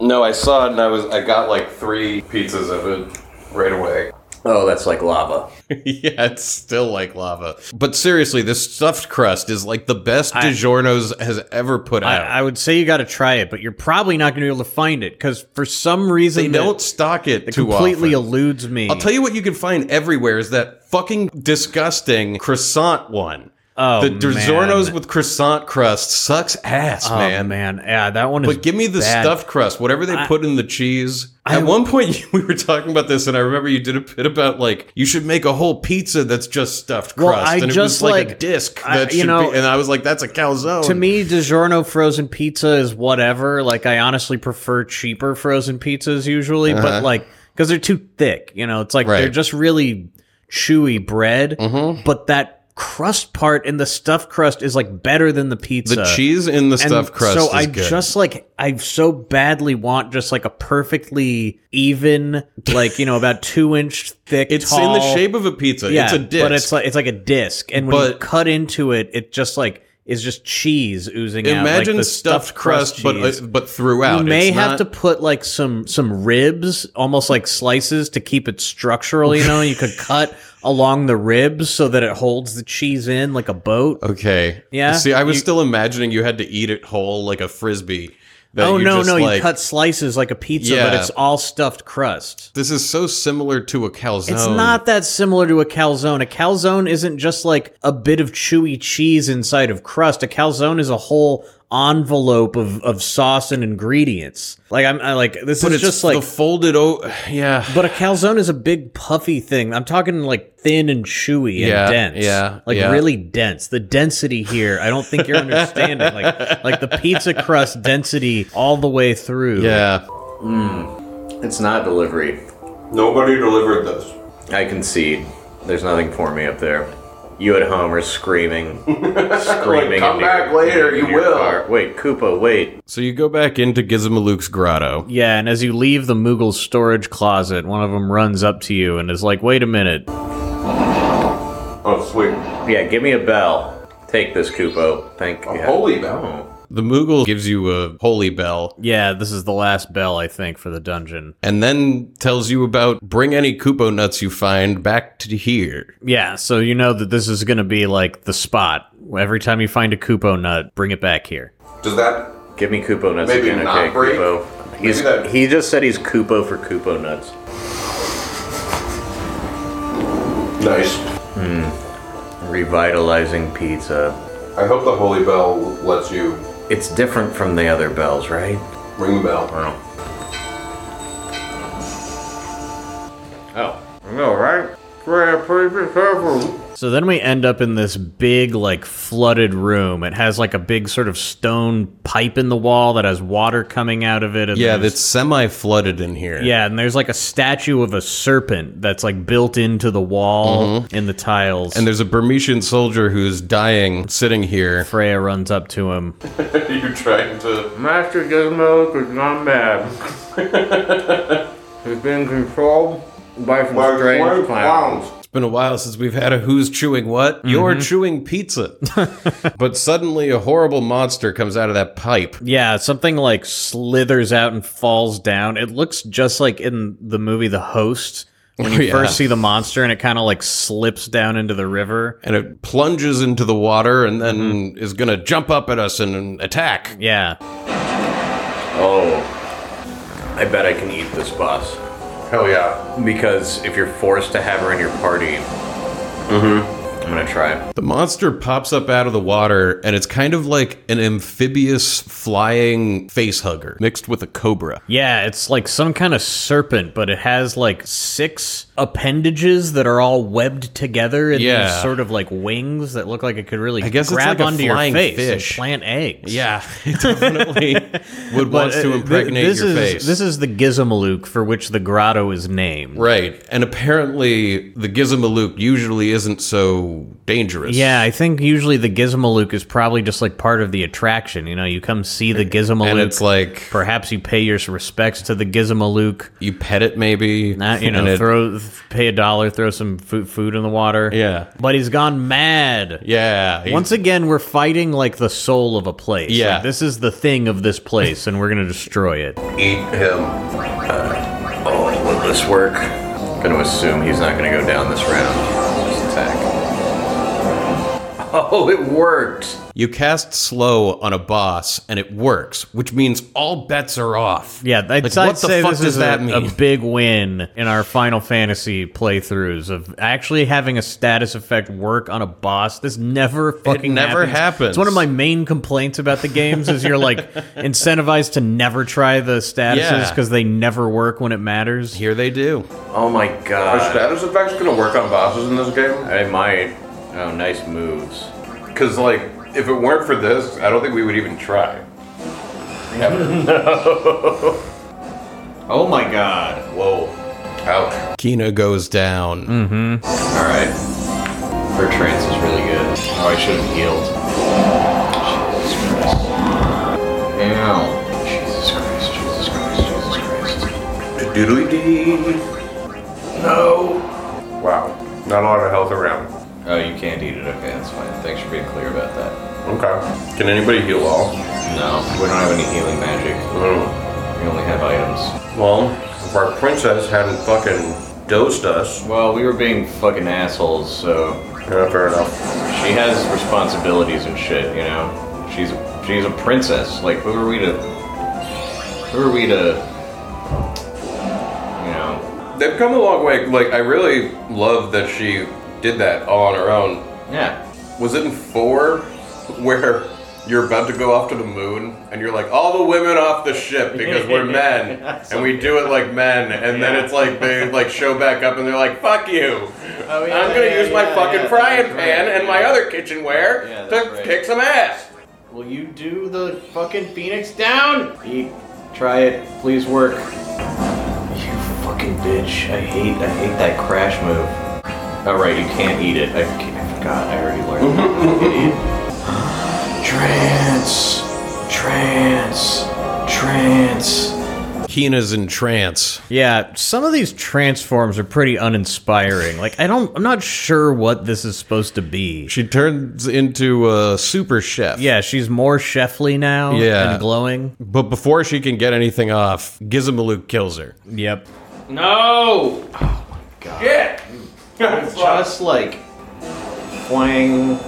[SPEAKER 5] no, I saw it and I was I got like three pizzas of it right away.
[SPEAKER 4] Oh, that's like lava.
[SPEAKER 1] yeah, it's still like lava. But seriously, this stuffed crust is like the best DiGiorno's has ever put
[SPEAKER 2] I,
[SPEAKER 1] out.
[SPEAKER 2] I would say you got to try it, but you're probably not going to be able to find it because for some reason
[SPEAKER 1] they
[SPEAKER 2] that-
[SPEAKER 1] don't stock it
[SPEAKER 2] that
[SPEAKER 1] too
[SPEAKER 2] completely
[SPEAKER 1] often.
[SPEAKER 2] eludes me.
[SPEAKER 1] I'll tell you what you can find everywhere is that fucking disgusting croissant one.
[SPEAKER 2] Oh,
[SPEAKER 1] the
[SPEAKER 2] man.
[SPEAKER 1] DiGiorno's with croissant crust sucks ass,
[SPEAKER 2] oh,
[SPEAKER 1] man.
[SPEAKER 2] man. yeah, that one is.
[SPEAKER 1] But give me the
[SPEAKER 2] bad.
[SPEAKER 1] stuffed crust, whatever they put in the cheese. At one point, we were talking about this, and I remember you did a bit about like you should make a whole pizza that's just stuffed
[SPEAKER 2] Well,
[SPEAKER 1] crust,
[SPEAKER 2] I
[SPEAKER 1] and it
[SPEAKER 2] just
[SPEAKER 1] was like, a
[SPEAKER 2] like-
[SPEAKER 1] disc
[SPEAKER 2] I-
[SPEAKER 1] that
[SPEAKER 2] you
[SPEAKER 1] should
[SPEAKER 2] know-
[SPEAKER 1] be. And I was like, that's a calzone.
[SPEAKER 2] To me, DiGiorno frozen pizza is whatever. Like, I honestly prefer cheaper frozen pizzas usually, but like, because they're too thick. You know, it's like
[SPEAKER 1] Uh-huh. Right. Mm-hmm.
[SPEAKER 2] they're just really chewy bread, but that crust part and the stuffed crust is like better than the pizza.
[SPEAKER 1] the Uh, cheese in the
[SPEAKER 2] And
[SPEAKER 1] stuffed crust.
[SPEAKER 2] So
[SPEAKER 1] is
[SPEAKER 2] I
[SPEAKER 1] good.
[SPEAKER 2] just like I so badly want just like a perfectly even, like you know, about two inch thick.
[SPEAKER 1] it's
[SPEAKER 2] tall-
[SPEAKER 1] in the shape of a pizza.
[SPEAKER 2] Yeah,
[SPEAKER 1] it's a disc.
[SPEAKER 2] but it's like it's like a disc, and when you
[SPEAKER 1] But-
[SPEAKER 2] cut into it, it just like is just cheese oozing. out, like
[SPEAKER 1] imagine
[SPEAKER 2] the
[SPEAKER 1] stuffed, crust, but
[SPEAKER 2] cheese.
[SPEAKER 1] uh, but throughout.
[SPEAKER 2] you may
[SPEAKER 1] It's
[SPEAKER 2] have
[SPEAKER 1] not-
[SPEAKER 2] to put like some some ribs, almost like slices, to keep it structural. You know, you could cut along the ribs so that it holds the cheese in like a boat.
[SPEAKER 1] Okay.
[SPEAKER 2] Yeah,
[SPEAKER 1] See, I was
[SPEAKER 2] you-
[SPEAKER 1] still imagining you had to eat it whole like a frisbee. that
[SPEAKER 2] oh
[SPEAKER 1] you
[SPEAKER 2] no,
[SPEAKER 1] just,
[SPEAKER 2] no, you
[SPEAKER 1] like-
[SPEAKER 2] cut slices like a pizza, but
[SPEAKER 1] Yeah.
[SPEAKER 2] it's all stuffed crust.
[SPEAKER 1] This is so similar to a calzone.
[SPEAKER 2] It's not that similar to a calzone. A calzone isn't just like a bit of chewy cheese inside of crust. A calzone is a whole envelope of, of sauce and ingredients. Like I'm I, like this
[SPEAKER 1] But
[SPEAKER 2] is
[SPEAKER 1] it's
[SPEAKER 2] just like
[SPEAKER 1] the folded. O- yeah.
[SPEAKER 2] but a calzone is a big puffy thing. I'm talking like thin and chewy and
[SPEAKER 1] Yeah,
[SPEAKER 2] dense.
[SPEAKER 1] yeah,
[SPEAKER 2] Like
[SPEAKER 1] yeah.
[SPEAKER 2] really dense. The density here, I don't think you're understanding. Like like the pizza crust density all the way through.
[SPEAKER 1] Yeah.
[SPEAKER 4] It's not delivery.
[SPEAKER 5] Nobody delivered this.
[SPEAKER 4] I concede. There's nothing for me up there. You at home are screaming, screaming.
[SPEAKER 5] come
[SPEAKER 4] into
[SPEAKER 5] back
[SPEAKER 4] your-
[SPEAKER 5] later,
[SPEAKER 4] into
[SPEAKER 5] you
[SPEAKER 4] your
[SPEAKER 5] will.
[SPEAKER 4] car. Wait, Koopa, wait.
[SPEAKER 1] So you go back into Gizmaluke's grotto.
[SPEAKER 2] Yeah, and as you leave the Moogle's storage closet, one of them runs up to you and is like, "Wait a minute."
[SPEAKER 5] Oh sweet,
[SPEAKER 4] Yeah, give me a bell. Take this, Koopa. Thank you.
[SPEAKER 5] holy bell.
[SPEAKER 1] The Moogle gives you a holy bell
[SPEAKER 2] Yeah, this is the last bell I think for the dungeon.
[SPEAKER 1] and then tells you about bring any Koopo nuts you find back to here.
[SPEAKER 2] Yeah, so you know that this is going to be like the spot. Every time you find a Koopo nut, bring it back here.
[SPEAKER 5] Does that?
[SPEAKER 4] Give me Koopa nuts
[SPEAKER 5] Maybe
[SPEAKER 4] again,
[SPEAKER 5] not
[SPEAKER 4] okay,
[SPEAKER 5] break.
[SPEAKER 4] Koopo.
[SPEAKER 5] Maybe
[SPEAKER 4] He's,
[SPEAKER 5] that-
[SPEAKER 4] He just said he's Koopa for Koopa nuts.
[SPEAKER 5] Nice.
[SPEAKER 4] Revitalizing pizza.
[SPEAKER 5] I hope the holy bell lets you
[SPEAKER 4] It's different from the other bells, right?
[SPEAKER 5] ring the bell.
[SPEAKER 4] Wow. Oh. No, right?
[SPEAKER 2] So then we end up in this big like flooded room. It has like a big sort of stone pipe in the wall that has water coming out of it. And
[SPEAKER 1] Yeah,
[SPEAKER 2] there's-
[SPEAKER 1] that's semi flooded in here.
[SPEAKER 2] Yeah, and there's like a statue of a serpent that's like built into the wall in the tiles.
[SPEAKER 1] Mm-hmm. And there's a Burmesian soldier who's dying sitting here.
[SPEAKER 2] Freya runs up to him.
[SPEAKER 5] Are you trying to?
[SPEAKER 4] Master Gizmo was not mad. He's been controlled by some strange clowns.
[SPEAKER 1] It's been a while since we've had a who's chewing what?
[SPEAKER 2] Mm-hmm.
[SPEAKER 1] You're chewing pizza. but suddenly a horrible monster comes out of that pipe.
[SPEAKER 2] Yeah, something like slithers out and falls down. It looks just like in the movie The Host when you
[SPEAKER 1] Oh, Yeah.
[SPEAKER 2] first see the monster and it kind of like slips down into the river.
[SPEAKER 1] And it plunges into the water and then
[SPEAKER 2] Mm-hmm.
[SPEAKER 1] is going to jump up at us and, and attack.
[SPEAKER 2] Yeah.
[SPEAKER 4] Oh. I bet I can eat this boss.
[SPEAKER 5] Hell yeah.
[SPEAKER 4] Because if you're forced to have her in your party,
[SPEAKER 5] Mm-hmm.
[SPEAKER 4] I'm gonna try.
[SPEAKER 1] The monster pops up out of the water and it's kind of like an amphibious flying face hugger mixed with a cobra.
[SPEAKER 2] Yeah, it's like some kind of serpent, but it has like six appendages that are all webbed together and
[SPEAKER 1] Yeah.
[SPEAKER 2] these sort of like wings that look like it could really
[SPEAKER 1] I guess it's
[SPEAKER 2] grab
[SPEAKER 1] like a
[SPEAKER 2] onto your
[SPEAKER 1] flying
[SPEAKER 2] face
[SPEAKER 1] fish.
[SPEAKER 2] and plant eggs.
[SPEAKER 1] Yeah, it definitely would
[SPEAKER 2] But,
[SPEAKER 1] want to
[SPEAKER 2] uh,
[SPEAKER 1] impregnate
[SPEAKER 2] this
[SPEAKER 1] your
[SPEAKER 2] is,
[SPEAKER 1] face.
[SPEAKER 2] This is the Gizmaluke for which the grotto is named.
[SPEAKER 1] Right. And apparently, the Gizmaluk usually isn't so so dangerous.
[SPEAKER 2] Yeah, I think usually the Gizmalook is probably just like part of the attraction. You know, you come see the Gizmalook.
[SPEAKER 1] And it's like
[SPEAKER 2] perhaps you pay your respects to the Gizmalook.
[SPEAKER 1] you pet it maybe.
[SPEAKER 2] Not you know,
[SPEAKER 1] and it-
[SPEAKER 2] throw pay a dollar, throw some food, food in the water.
[SPEAKER 1] Yeah.
[SPEAKER 2] but he's gone mad.
[SPEAKER 1] Yeah.
[SPEAKER 2] Once again, we're fighting like the soul of a place. Like,
[SPEAKER 1] Yeah.
[SPEAKER 2] this is the thing of this place, and we're gonna destroy it.
[SPEAKER 5] Eat him. Uh, oh, will this work?
[SPEAKER 4] I'm gonna assume he's not gonna go down this round. Just attack. Oh, it worked!
[SPEAKER 1] You cast slow on a boss and it works, which means all bets are off.
[SPEAKER 2] Yeah, I'd,
[SPEAKER 1] Like,
[SPEAKER 2] I'd
[SPEAKER 1] what the
[SPEAKER 2] say
[SPEAKER 1] fuck
[SPEAKER 2] this
[SPEAKER 1] does
[SPEAKER 2] is a-
[SPEAKER 1] that
[SPEAKER 2] a
[SPEAKER 1] mean?
[SPEAKER 2] big win in our Final Fantasy playthroughs of actually having a status effect work on a boss. This never fucking
[SPEAKER 1] never happens.
[SPEAKER 2] It's one of my main complaints about the games is you're like incentivized to never try the statuses
[SPEAKER 1] Yeah.
[SPEAKER 2] because they never work when it matters.
[SPEAKER 1] Here they do.
[SPEAKER 4] Oh my
[SPEAKER 5] Are
[SPEAKER 4] god.
[SPEAKER 5] status effects gonna work on bosses in this game?
[SPEAKER 4] I might. Oh, nice moves.
[SPEAKER 5] Because, like, if it weren't for this, I don't think we would even try.
[SPEAKER 4] Oh my god.
[SPEAKER 5] Whoa. Ouch.
[SPEAKER 1] Kina goes down.
[SPEAKER 2] Mm.
[SPEAKER 4] Alright. Her trance is really good. Oh, I should have healed. Jesus Christ. Ow. Jesus Christ, Jesus Christ, Jesus Christ.
[SPEAKER 5] Doodly dee. No. Wow. Not a lot of health around.
[SPEAKER 4] Oh, you can't eat it. Okay, that's fine. Thanks for being clear about that.
[SPEAKER 5] Okay. Can anybody heal all?
[SPEAKER 4] No, we don't have any healing magic.
[SPEAKER 5] Mm.
[SPEAKER 4] We only have items.
[SPEAKER 5] Well, if our princess hadn't fucking dosed us,
[SPEAKER 4] Well, we were being fucking assholes, so
[SPEAKER 5] yeah, fair enough.
[SPEAKER 4] she has responsibilities and shit, you know. She's she's a princess. Like who are we to who are we to you know
[SPEAKER 5] They've come a long way. Like, I really love that she did that all on her own.
[SPEAKER 4] Yeah.
[SPEAKER 5] Was it in four where you're about to go off to the moon and you're like, all the women off the ship because we're men and we do it like men, and then it's like they like show back up and they're like, fuck you.
[SPEAKER 4] Oh, yeah,
[SPEAKER 5] I'm gonna
[SPEAKER 4] yeah,
[SPEAKER 5] use my
[SPEAKER 4] yeah,
[SPEAKER 5] fucking
[SPEAKER 4] yeah,
[SPEAKER 5] frying
[SPEAKER 4] that's
[SPEAKER 5] pan
[SPEAKER 4] right,
[SPEAKER 5] and my
[SPEAKER 4] yeah.
[SPEAKER 5] other kitchenware
[SPEAKER 4] Yeah, that's
[SPEAKER 5] to
[SPEAKER 4] right.
[SPEAKER 5] kick some ass.
[SPEAKER 4] Will you do the fucking Phoenix down? Eat. Try it. Please work. You fucking bitch. I hate I hate that crash move. Oh right, you can't eat it. I, can't- I forgot. I already learned. Idiot. Trance. Trance. Trance.
[SPEAKER 1] Kina's in trance.
[SPEAKER 2] Yeah, some of these transforms are pretty uninspiring. Like I don't I'm not sure what this is supposed to be.
[SPEAKER 1] She turns into a super chef.
[SPEAKER 2] Yeah, she's more chefly now
[SPEAKER 1] Yeah.
[SPEAKER 2] and glowing.
[SPEAKER 1] But before she can get anything off, Gizmaluk kills her.
[SPEAKER 2] Yep.
[SPEAKER 4] No. Oh my god.
[SPEAKER 5] Yeah.
[SPEAKER 4] Just like Wang.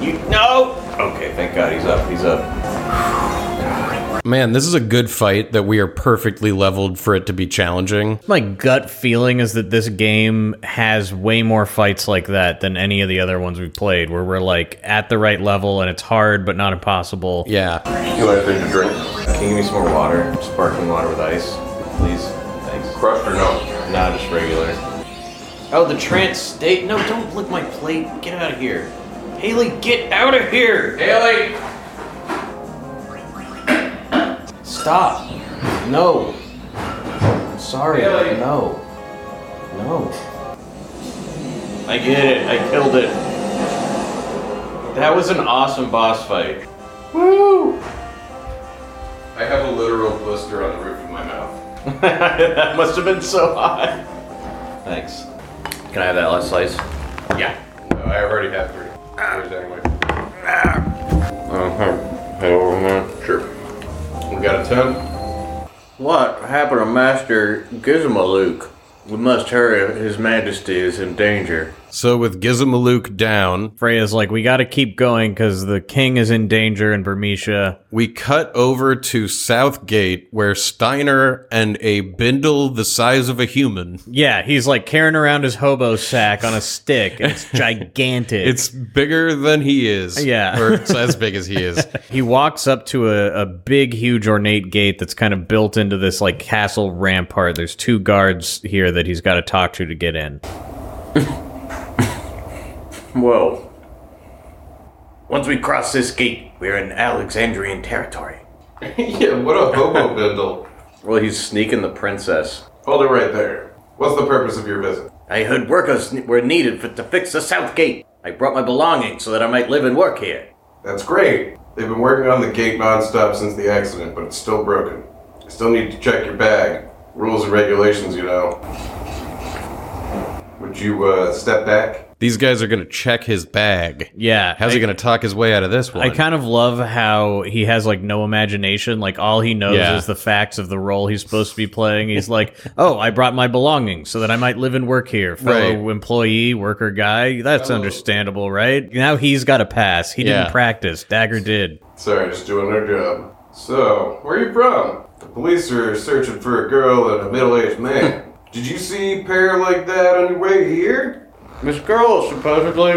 [SPEAKER 4] You no. Okay, thank God he's up. He's up.
[SPEAKER 1] Man, this is a good fight that we are perfectly leveled for it to be challenging.
[SPEAKER 2] My gut feeling is that this game has way more fights like that than any of the other ones we've played, where we're like at the right level and it's hard but not impossible.
[SPEAKER 1] Yeah.
[SPEAKER 5] You want anything to drink?
[SPEAKER 4] Can you give me some more water? Sparkling water with ice, please. Thanks.
[SPEAKER 5] Crushed or no?
[SPEAKER 4] Nah, just regular. Oh, the trance state. No, don't lick my plate. Get out of here. Haley, get out of here.
[SPEAKER 5] Haley!
[SPEAKER 4] Stop. No. Sorry.
[SPEAKER 5] Haley.
[SPEAKER 4] No. No. I get it. I killed it. That was an awesome boss fight. Woo!
[SPEAKER 5] I have a literal blister on the roof of my mouth.
[SPEAKER 4] that must have been so hot. Thanks. Can I have that last slice?
[SPEAKER 5] Yeah. No, I already have three. Where's that anyway? Uh-huh. Hello, man. Sure. We got a 10.
[SPEAKER 3] What happened to Master Gizmaluk? We must hurry. His Majesty is in danger.
[SPEAKER 1] So with Gizmaluk down,
[SPEAKER 2] Freya's like, we got to keep going because the king is in danger in Bermesia.
[SPEAKER 1] we cut over to Southgate where Steiner and a bindle the size of a human.
[SPEAKER 2] Yeah, he's like carrying around his hobo sack on a stick, and it's gigantic.
[SPEAKER 1] It's bigger than he is.
[SPEAKER 2] Yeah.
[SPEAKER 1] Or it's as big as he is.
[SPEAKER 2] He walks up to a, a big, huge, ornate gate that's kind of built into this like castle rampart. There's two guards here that he's got to talk to to get in.
[SPEAKER 3] Whoa. Once we cross this gate, we're in Alexandrian territory.
[SPEAKER 5] yeah, what a hobo bindle.
[SPEAKER 4] Well, he's sneaking the princess.
[SPEAKER 5] Hold it right there. What's the purpose of your visit?
[SPEAKER 3] I heard workers n- were needed for, to fix the south gate. I brought my belongings so that I might live and work here.
[SPEAKER 5] That's great. They've been working on the gate nonstop since the accident, but it's still broken. I still need to check your bag. Rules and regulations, you know. Would you uh, step back?
[SPEAKER 1] These guys are going to check his bag.
[SPEAKER 2] Yeah.
[SPEAKER 1] How's he going to talk his way out of this one?
[SPEAKER 2] I kind of love how he has like no imagination. Like all he knows
[SPEAKER 1] Yeah.
[SPEAKER 2] is the facts of the role he's supposed to be playing. He's like, "Oh, I brought my belongings so that I might live and work here, fellow
[SPEAKER 1] Right.
[SPEAKER 2] employee, worker guy." That's understandable, right? Now he's got a pass. He
[SPEAKER 1] Yeah.
[SPEAKER 2] didn't practice. Dagger did.
[SPEAKER 5] Sorry, just doing their job. So, where are you from? The police are searching for a girl and a middle-aged man. Did you see a pair like that on your way here?
[SPEAKER 3] This girl supposedly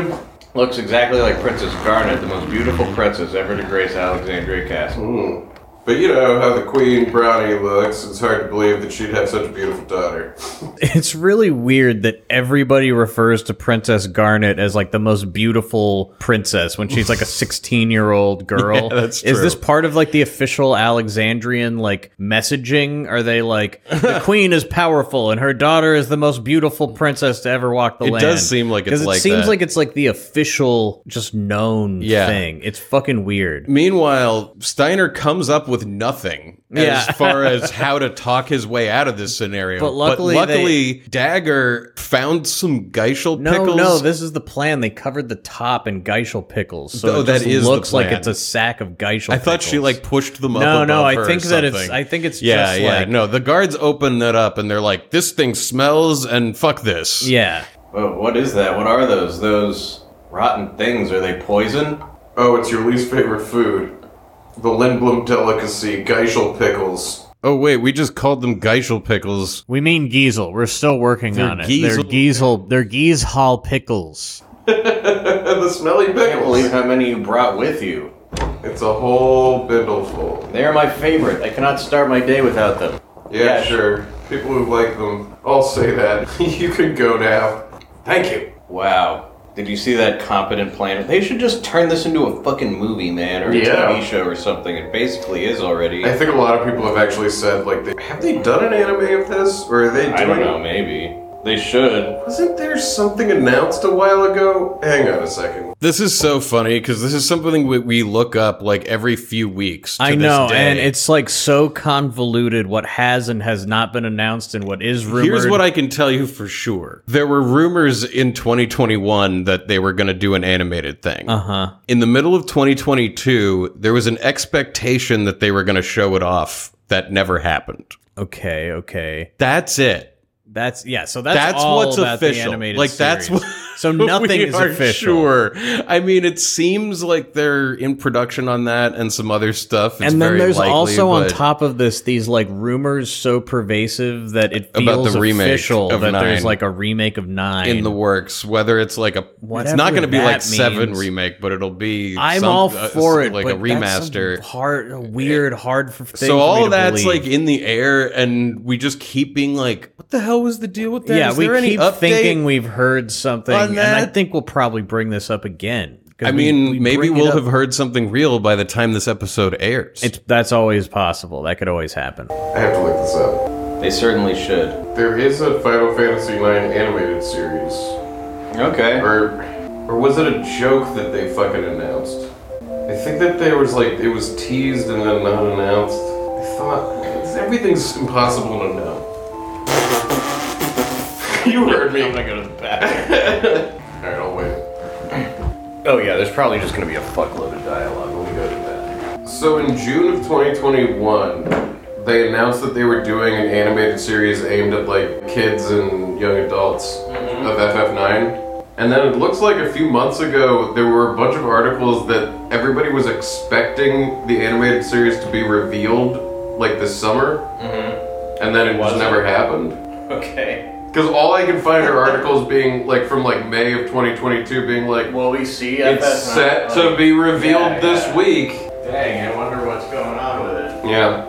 [SPEAKER 3] looks exactly like Princess Garnet, the most beautiful princess ever to grace Alexandria Castle.
[SPEAKER 5] Hmm. But you know how the queen brownie looks. It's hard to believe that she'd have such a beautiful daughter.
[SPEAKER 2] It's really weird that everybody refers to Princess Garnet as like the most beautiful princess when she's like a 16 year old girl.
[SPEAKER 1] that's
[SPEAKER 2] Is this
[SPEAKER 1] true.
[SPEAKER 2] part of like the official Alexandrian like messaging? Are they like the queen is powerful and her daughter is the most beautiful princess to ever walk the
[SPEAKER 1] It
[SPEAKER 2] land?
[SPEAKER 1] does seem like it's
[SPEAKER 2] 'Cause it
[SPEAKER 1] like
[SPEAKER 2] seems
[SPEAKER 1] that.
[SPEAKER 2] like it's like the official, just known
[SPEAKER 1] Yeah.
[SPEAKER 2] thing. It's fucking weird.
[SPEAKER 1] Meanwhile, Steiner comes up with nothing
[SPEAKER 2] Yeah.
[SPEAKER 1] as far as how to talk his way out of this scenario.
[SPEAKER 2] But luckily
[SPEAKER 1] luckily, Dagger found some geishel
[SPEAKER 2] No,
[SPEAKER 1] pickles.
[SPEAKER 2] no, this is the plan. They covered the top in geishel pickles, so
[SPEAKER 1] Oh,
[SPEAKER 2] it
[SPEAKER 1] that
[SPEAKER 2] just
[SPEAKER 1] is the
[SPEAKER 2] looks like
[SPEAKER 1] plan.
[SPEAKER 2] it's a sack of geishel.
[SPEAKER 1] I thought she
[SPEAKER 2] pickles.
[SPEAKER 1] like pushed them up.
[SPEAKER 2] No, no,
[SPEAKER 1] above
[SPEAKER 2] I
[SPEAKER 1] her or
[SPEAKER 2] think that it's-
[SPEAKER 1] something.
[SPEAKER 2] I think it's
[SPEAKER 1] yeah,
[SPEAKER 2] just
[SPEAKER 1] yeah.
[SPEAKER 2] like-
[SPEAKER 1] no, the guards open that up and they're like, "This thing smells and fuck this."
[SPEAKER 2] Yeah.
[SPEAKER 3] Oh, what is that? What are those? Those rotten things? Are they poison?
[SPEAKER 5] Oh, it's your least favorite food. The Lindblom delicacy, Geishel pickles.
[SPEAKER 1] Oh wait, we just called them geishel pickles.
[SPEAKER 2] We mean Giesel. We're still working on it. They're
[SPEAKER 1] Giesel-
[SPEAKER 2] Giesel. They're Gies Hall pickles.
[SPEAKER 5] And the smelly
[SPEAKER 3] I can't believe
[SPEAKER 5] pickles.
[SPEAKER 3] how many you brought with you.
[SPEAKER 5] It's a whole bindleful.
[SPEAKER 3] They are my favorite. I cannot start my day without them.
[SPEAKER 5] Yeah,
[SPEAKER 3] Yeah.
[SPEAKER 5] sure. People who like them all say that. you can go now. Thank you.
[SPEAKER 3] Wow. Did you see that competent planet? They should just turn this into a fucking movie, man, or a
[SPEAKER 5] Yeah.
[SPEAKER 3] TV show or something. It basically is already.
[SPEAKER 5] I think a lot of people have actually said, like, they, have they done an anime of this? Or are they doing
[SPEAKER 3] I don't know, maybe. They should.
[SPEAKER 5] Wasn't there something announced a while ago? Hang on a second.
[SPEAKER 1] This is so funny because this is something we, we look up like every few weeks. to
[SPEAKER 2] I
[SPEAKER 1] this
[SPEAKER 2] know,
[SPEAKER 1] day.
[SPEAKER 2] and it's like so convoluted what has and has not been announced and what is rumored.
[SPEAKER 1] Here's what I can tell you for sure. There were rumors in 2021 that they were going to do an animated thing.
[SPEAKER 2] Uh huh.
[SPEAKER 1] In the middle of 2022, there was an expectation that they were going to show it off that never happened.
[SPEAKER 2] Okay. Okay.
[SPEAKER 1] That's it.
[SPEAKER 2] That's yeah. So that's
[SPEAKER 1] That's
[SPEAKER 2] all
[SPEAKER 1] what's
[SPEAKER 2] about the
[SPEAKER 1] official.
[SPEAKER 2] animated
[SPEAKER 1] Like, that's
[SPEAKER 2] series.
[SPEAKER 1] what-
[SPEAKER 2] so nothing
[SPEAKER 1] We
[SPEAKER 2] is
[SPEAKER 1] aren't
[SPEAKER 2] official.
[SPEAKER 1] Sure. I mean, it seems like they're in production on that and some other stuff. It's
[SPEAKER 2] and then
[SPEAKER 1] very
[SPEAKER 2] there's
[SPEAKER 1] likely,
[SPEAKER 2] also on
[SPEAKER 1] but-
[SPEAKER 2] top of this these like rumors so pervasive that it feels
[SPEAKER 1] About the remake
[SPEAKER 2] official
[SPEAKER 1] of
[SPEAKER 2] that there's
[SPEAKER 1] Nine.
[SPEAKER 2] like a remake of nine
[SPEAKER 1] in the works, whether it's like a it's
[SPEAKER 2] Whatever
[SPEAKER 1] not going to be
[SPEAKER 2] that
[SPEAKER 1] like seven
[SPEAKER 2] means.
[SPEAKER 1] remake, but it'll be
[SPEAKER 2] I'm
[SPEAKER 1] some-
[SPEAKER 2] all
[SPEAKER 1] uh,
[SPEAKER 2] for it,
[SPEAKER 1] like
[SPEAKER 2] but
[SPEAKER 1] a
[SPEAKER 2] that's some
[SPEAKER 1] remaster.
[SPEAKER 2] hard, a weird, hard for thing
[SPEAKER 1] so
[SPEAKER 2] for me
[SPEAKER 1] all
[SPEAKER 2] to
[SPEAKER 1] of that's
[SPEAKER 2] believe.
[SPEAKER 1] like in the air, and we just keep being like, "What the hell was the deal with that?"
[SPEAKER 2] yeah,
[SPEAKER 1] Is
[SPEAKER 2] we
[SPEAKER 1] there any
[SPEAKER 2] keep
[SPEAKER 1] update?
[SPEAKER 2] thinking we've heard something,
[SPEAKER 1] on
[SPEAKER 2] and I
[SPEAKER 1] that?
[SPEAKER 2] think we'll probably bring this up again. 'cause
[SPEAKER 1] I
[SPEAKER 2] we-
[SPEAKER 1] mean,
[SPEAKER 2] we
[SPEAKER 1] maybe
[SPEAKER 2] bring it
[SPEAKER 1] we'll
[SPEAKER 2] up.
[SPEAKER 1] have heard something real by the time this episode airs.
[SPEAKER 2] It's that's always possible. That could always happen.
[SPEAKER 5] I have to look this up.
[SPEAKER 3] They certainly should.
[SPEAKER 5] There is a Final Fantasy IX animated series,
[SPEAKER 3] Okay.
[SPEAKER 5] or or was it a joke that they fucking announced? I think that there was like it was teased and then not announced. I thought it's- everything's impossible to know. you heard me. All
[SPEAKER 3] gonna go to the bathroom.
[SPEAKER 5] right, I'll wait.
[SPEAKER 3] Oh yeah, there's probably just gonna be a fuckload of dialogue when we go to the bathroom.
[SPEAKER 5] So in June of 2021, they announced that they were doing an animated series aimed at like kids and young adults
[SPEAKER 3] Mm-hmm.
[SPEAKER 5] of FF9. And then it looks like a few months ago there were a bunch of articles that everybody was expecting the animated series to be revealed like this summer. And then it just never happened.
[SPEAKER 3] Mm-hmm. Okay.
[SPEAKER 5] Because all I can find are articles being like from like May of 2022 being like,
[SPEAKER 3] Will we see
[SPEAKER 5] it's set to be revealed
[SPEAKER 3] Yeah,
[SPEAKER 5] this
[SPEAKER 3] yeah.
[SPEAKER 5] week.
[SPEAKER 3] Dang, I wonder what's going on with it.
[SPEAKER 5] Yeah.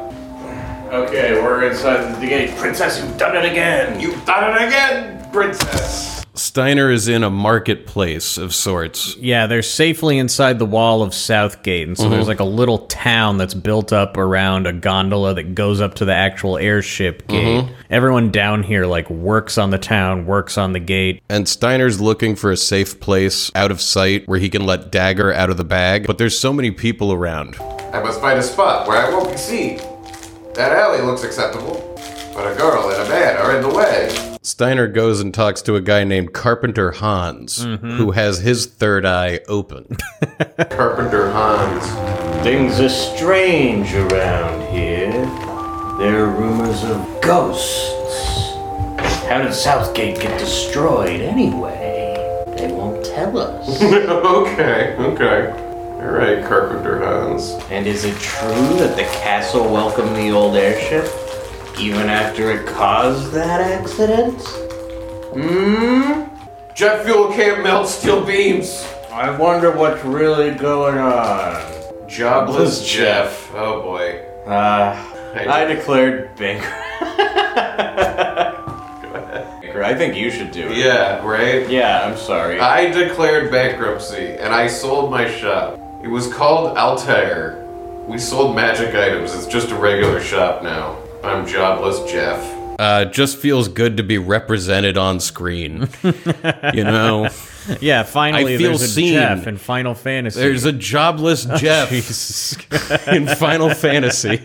[SPEAKER 3] Okay, we're inside the gate. Princess, you've done it again.
[SPEAKER 5] You've done it again, princess!
[SPEAKER 1] Steiner is in a marketplace of sorts.
[SPEAKER 2] Yeah, they're safely inside the wall of Southgate, and so
[SPEAKER 1] Mm-hmm.
[SPEAKER 2] there's like a little town that's built up around a gondola that goes up to the actual airship gate.
[SPEAKER 1] Mm-hmm.
[SPEAKER 2] Everyone down here like works on the town, works on the gate.
[SPEAKER 1] And Steiner's looking for a safe place out of sight where he can let Dagger out of the bag. But there's so many people around.
[SPEAKER 5] I must find a spot where I won't be seen. That alley looks acceptable, but a girl and a man are in the way.
[SPEAKER 1] Steiner goes and talks to a guy named Carpenter Hans, who has his third eye open.
[SPEAKER 5] Carpenter Hans.
[SPEAKER 4] Things are strange around here. There are rumors of ghosts. How did Southgate get destroyed anyway? They won't tell us.
[SPEAKER 5] okay, okay. All right, Carpenter Hans.
[SPEAKER 4] and is it true that the castle welcomed the old airship? Even after it caused that accident?
[SPEAKER 5] Jet fuel can't melt steel beams.
[SPEAKER 4] I wonder what's really going on.
[SPEAKER 5] Jobless Jeff. Oh boy.
[SPEAKER 4] Uh, I
[SPEAKER 5] I,
[SPEAKER 4] declared bankrupt. I think you should do it.
[SPEAKER 5] yeah, right?
[SPEAKER 4] Yeah, I'm sorry.
[SPEAKER 5] I declared bankruptcy and I sold my shop. It was called Altair. We sold magic items. It's just a regular shop now. I'm jobless Jeff.
[SPEAKER 1] Uh, just feels good to be represented on screen. you know,
[SPEAKER 2] Yeah, finally
[SPEAKER 1] I feel
[SPEAKER 2] there's a
[SPEAKER 1] seen.
[SPEAKER 2] Jeff in Final Fantasy.
[SPEAKER 1] there's a jobless Jeff
[SPEAKER 2] Oh, Jesus.
[SPEAKER 1] in Final Fantasy.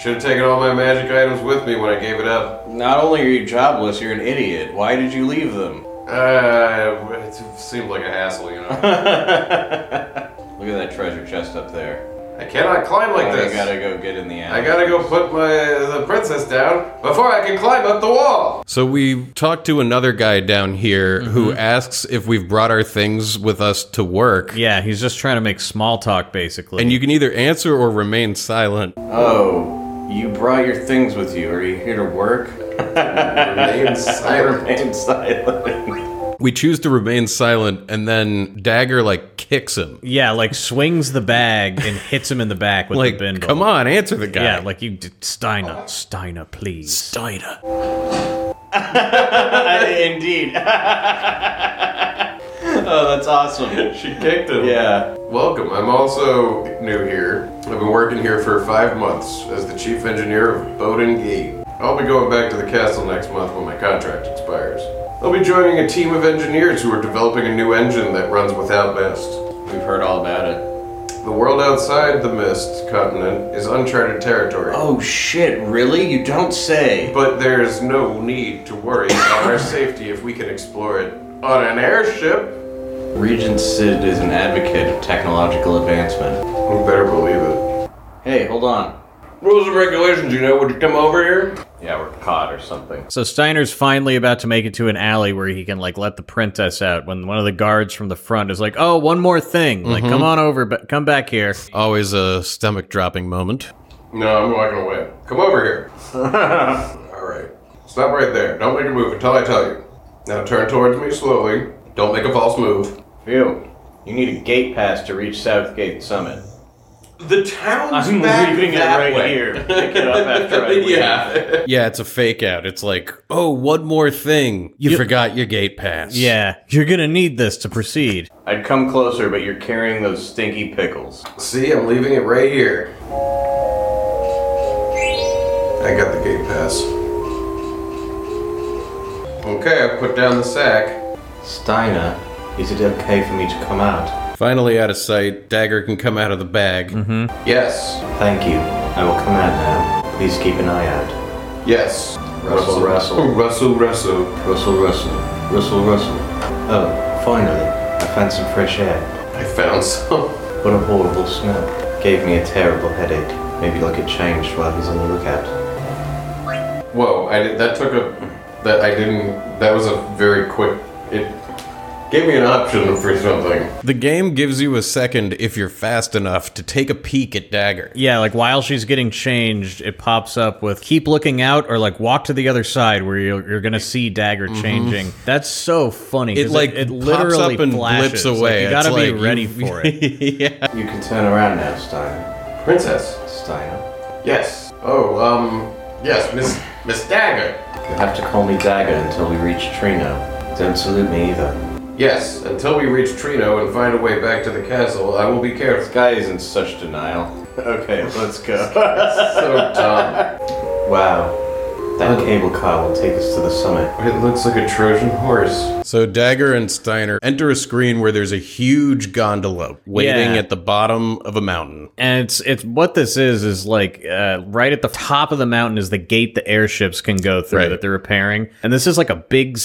[SPEAKER 5] Should have taken all my magic items with me when I gave it up.
[SPEAKER 4] Not only are you jobless, you're an idiot. Why did you leave them?
[SPEAKER 5] Uh, it seemed like a hassle, you know.
[SPEAKER 4] Look at that treasure chest up there.
[SPEAKER 5] I cannot climb like
[SPEAKER 4] I
[SPEAKER 5] this.
[SPEAKER 4] gotta go get in the alley.
[SPEAKER 5] I gotta go put my the princess down before I can climb up the wall.
[SPEAKER 1] So we talked to another guy down here
[SPEAKER 2] Mm-hmm.
[SPEAKER 1] who asks if we've brought our things with us to work.
[SPEAKER 2] yeah, he's just trying to make small talk basically.
[SPEAKER 1] And you can either answer or remain silent.
[SPEAKER 4] Oh, you brought your things with you. Are you here to work?
[SPEAKER 5] Remain silent.
[SPEAKER 4] Remain silent.
[SPEAKER 1] We choose to remain silent, and then Dagger like kicks him.
[SPEAKER 2] yeah, like swings the bag and hits him in the back with
[SPEAKER 1] Like,
[SPEAKER 2] the bindle.
[SPEAKER 1] come on, answer the guy.
[SPEAKER 2] Yeah, like you, d- Steiner, Steiner, please.
[SPEAKER 1] Steiner.
[SPEAKER 4] Indeed. oh, that's awesome.
[SPEAKER 5] She kicked him.
[SPEAKER 4] Yeah.
[SPEAKER 5] Welcome. I'm also new here. I've been working here for five months as the chief engineer of Bowden Gate. I'll be going back to the castle next month when my contract expires. I'll be joining a team of engineers who are developing a new engine that runs without mist.
[SPEAKER 4] We've heard all about it.
[SPEAKER 5] The world outside the Mist continent is uncharted territory.
[SPEAKER 4] Oh shit, really? You don't say.
[SPEAKER 5] But there's no need to worry about our safety if we can explore it on an airship.
[SPEAKER 4] Regent Sid is an advocate of technological advancement.
[SPEAKER 5] You better believe it.
[SPEAKER 4] Hey, hold on.
[SPEAKER 5] Rules and regulations, you know, would you come over here?
[SPEAKER 4] Yeah, we're caught or something.
[SPEAKER 2] So Steiner's finally about to make it to an alley where he can like let the princess out when one of the guards from the front is like, "Oh, one more thing. Like
[SPEAKER 1] Mm-hmm.
[SPEAKER 2] come on over, but come back here."
[SPEAKER 1] Always a stomach dropping moment.
[SPEAKER 5] No, I'm walking away. Come over here. Alright. Stop right there. Don't make a move until I tell you. Now turn towards me slowly. Don't make a false move.
[SPEAKER 4] Phew. You need a gate pass to reach Southgate Summit.
[SPEAKER 5] The town's
[SPEAKER 4] I'm leaving it right here. Pick it up after I leave.
[SPEAKER 5] yeah.
[SPEAKER 1] Yeah, it's a fake out. It's like, oh, one more thing. You forgot your gate pass.
[SPEAKER 2] Yeah, you're going to need this to proceed.
[SPEAKER 4] I'd come closer, but you're carrying those stinky pickles.
[SPEAKER 5] See, I'm leaving it right here. I got the gate pass. Okay, I put down the sack.
[SPEAKER 4] Steiner, is it okay for me to come out?
[SPEAKER 1] Finally out of sight, Dagger can come out of the bag.
[SPEAKER 5] Mm-hmm. Yes,
[SPEAKER 4] Thank you. I will come out now. Please keep an eye out.
[SPEAKER 5] yes.
[SPEAKER 4] Russell, Russell.
[SPEAKER 5] Russell, Russell.
[SPEAKER 4] Russell, Russell. Russell, Russell. Oh, finally. I found some fresh air.
[SPEAKER 5] I found some.
[SPEAKER 4] What a horrible smell. Gave me a terrible headache. Maybe like it changed while he's on the lookout.
[SPEAKER 5] Whoa, I did, that took a. That I didn't. That was a very quick. It gave me an option for something.
[SPEAKER 1] The game gives you a second if you're fast enough to take a peek at Dagger.
[SPEAKER 2] Yeah, like while she's getting changed, it pops up with keep looking out or like walk to the other side where you're, you're going to see Dagger changing. That's so funny. 'cause
[SPEAKER 1] Mm-hmm. It, like, pops up and blips
[SPEAKER 2] Like,
[SPEAKER 1] away.
[SPEAKER 2] you got to
[SPEAKER 1] It's
[SPEAKER 2] be
[SPEAKER 1] like,
[SPEAKER 2] ready
[SPEAKER 1] you-
[SPEAKER 2] for it.
[SPEAKER 4] You can turn around now, Steiner.
[SPEAKER 5] Princess.
[SPEAKER 4] Steiner.
[SPEAKER 5] Yes. Oh, um. Yes, Miss Miss Dagger.
[SPEAKER 4] You'll have to call me Dagger until we reach Trino. It's Don't salute me either.
[SPEAKER 5] Yes, until we reach Trino and find a way back to the castle, I will be careful.
[SPEAKER 3] This guy is in such denial. Okay, let's go.
[SPEAKER 5] So uh, dumb.
[SPEAKER 4] Wow. That cable car will take us to the summit.
[SPEAKER 5] It looks like a Trojan horse.
[SPEAKER 1] So Dagger and Steiner enter a screen where there's a huge gondola waiting
[SPEAKER 2] Yeah.
[SPEAKER 1] at the bottom of a mountain.
[SPEAKER 2] And it's it's what this is is like uh, right at the top of the mountain is the gate the airships can go through
[SPEAKER 1] Right.
[SPEAKER 2] that they're repairing, and this is like a big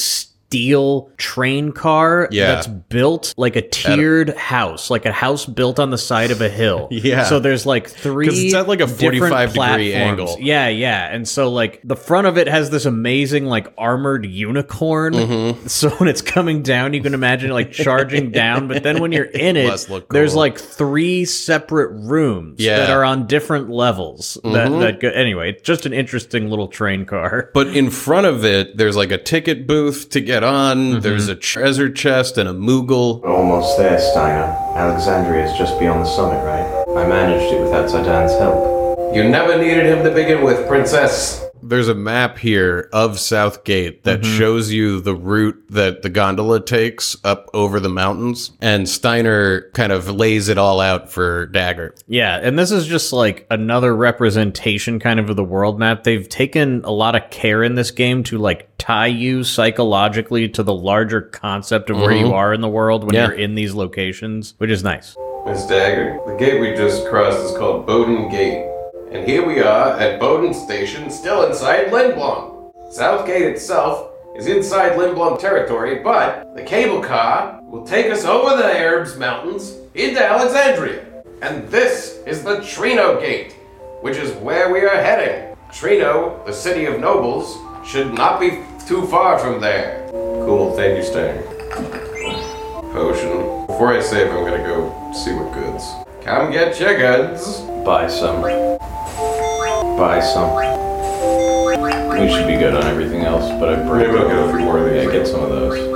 [SPEAKER 2] steel train car
[SPEAKER 1] Yeah.
[SPEAKER 2] that's built like a tiered house, like a house built on the side of a hill.
[SPEAKER 1] Yeah.
[SPEAKER 2] so there's like three.
[SPEAKER 1] 'Cause it's at, like, a
[SPEAKER 2] different
[SPEAKER 1] 45 degree
[SPEAKER 2] platforms.
[SPEAKER 1] angle.
[SPEAKER 2] Yeah, yeah, and so like the front of it has this amazing like armored unicorn.
[SPEAKER 1] Mm-hmm.
[SPEAKER 2] So when it's coming down, you can imagine it like charging down, but then when you're in it,
[SPEAKER 1] Must look
[SPEAKER 2] there's
[SPEAKER 1] cool.
[SPEAKER 2] like like three separate rooms
[SPEAKER 1] Yeah. Mm-hmm.
[SPEAKER 2] that are on different levels. That, that go, anyway, it's just an interesting little train car.
[SPEAKER 1] But in front of it, there's like a ticket booth to get on. There's a treasure chest and a Moogle.
[SPEAKER 4] We're almost there, Steiner. Alexandria is just beyond the summit, right? I managed it without Zaidan's help.
[SPEAKER 5] You never needed him to begin with, princess.
[SPEAKER 1] There's a map here of South Gate that shows you the route that the gondola takes up over the mountains. And Steiner kind of lays it all out for Dagger.
[SPEAKER 2] Yeah, and this is just like another representation kind of of the world map. They've taken a lot of care in this game to like tie you psychologically to the larger concept of where you are in the world when
[SPEAKER 1] Mm-hmm. Yeah.
[SPEAKER 2] you're in these locations, which is nice.
[SPEAKER 5] Miss Dagger, the gate we just crossed is called Bowden Gate. And here we are at Bowden Station, still inside Lindblom. South Gate itself is inside Lindblom territory, but the cable car will take us over the Arabs Mountains into Alexandria. And this is the Trino Gate, which is where we are heading. Trino, the city of nobles, should not be too far from there. Cool, thank you, Steiner potion. Before I save, I'm gonna go see what goods. Come get your goods.
[SPEAKER 4] Buy some. Buy some. We should be good on everything else, but I
[SPEAKER 5] Maybe I'll get a few more of these.
[SPEAKER 4] Yeah, get some of those.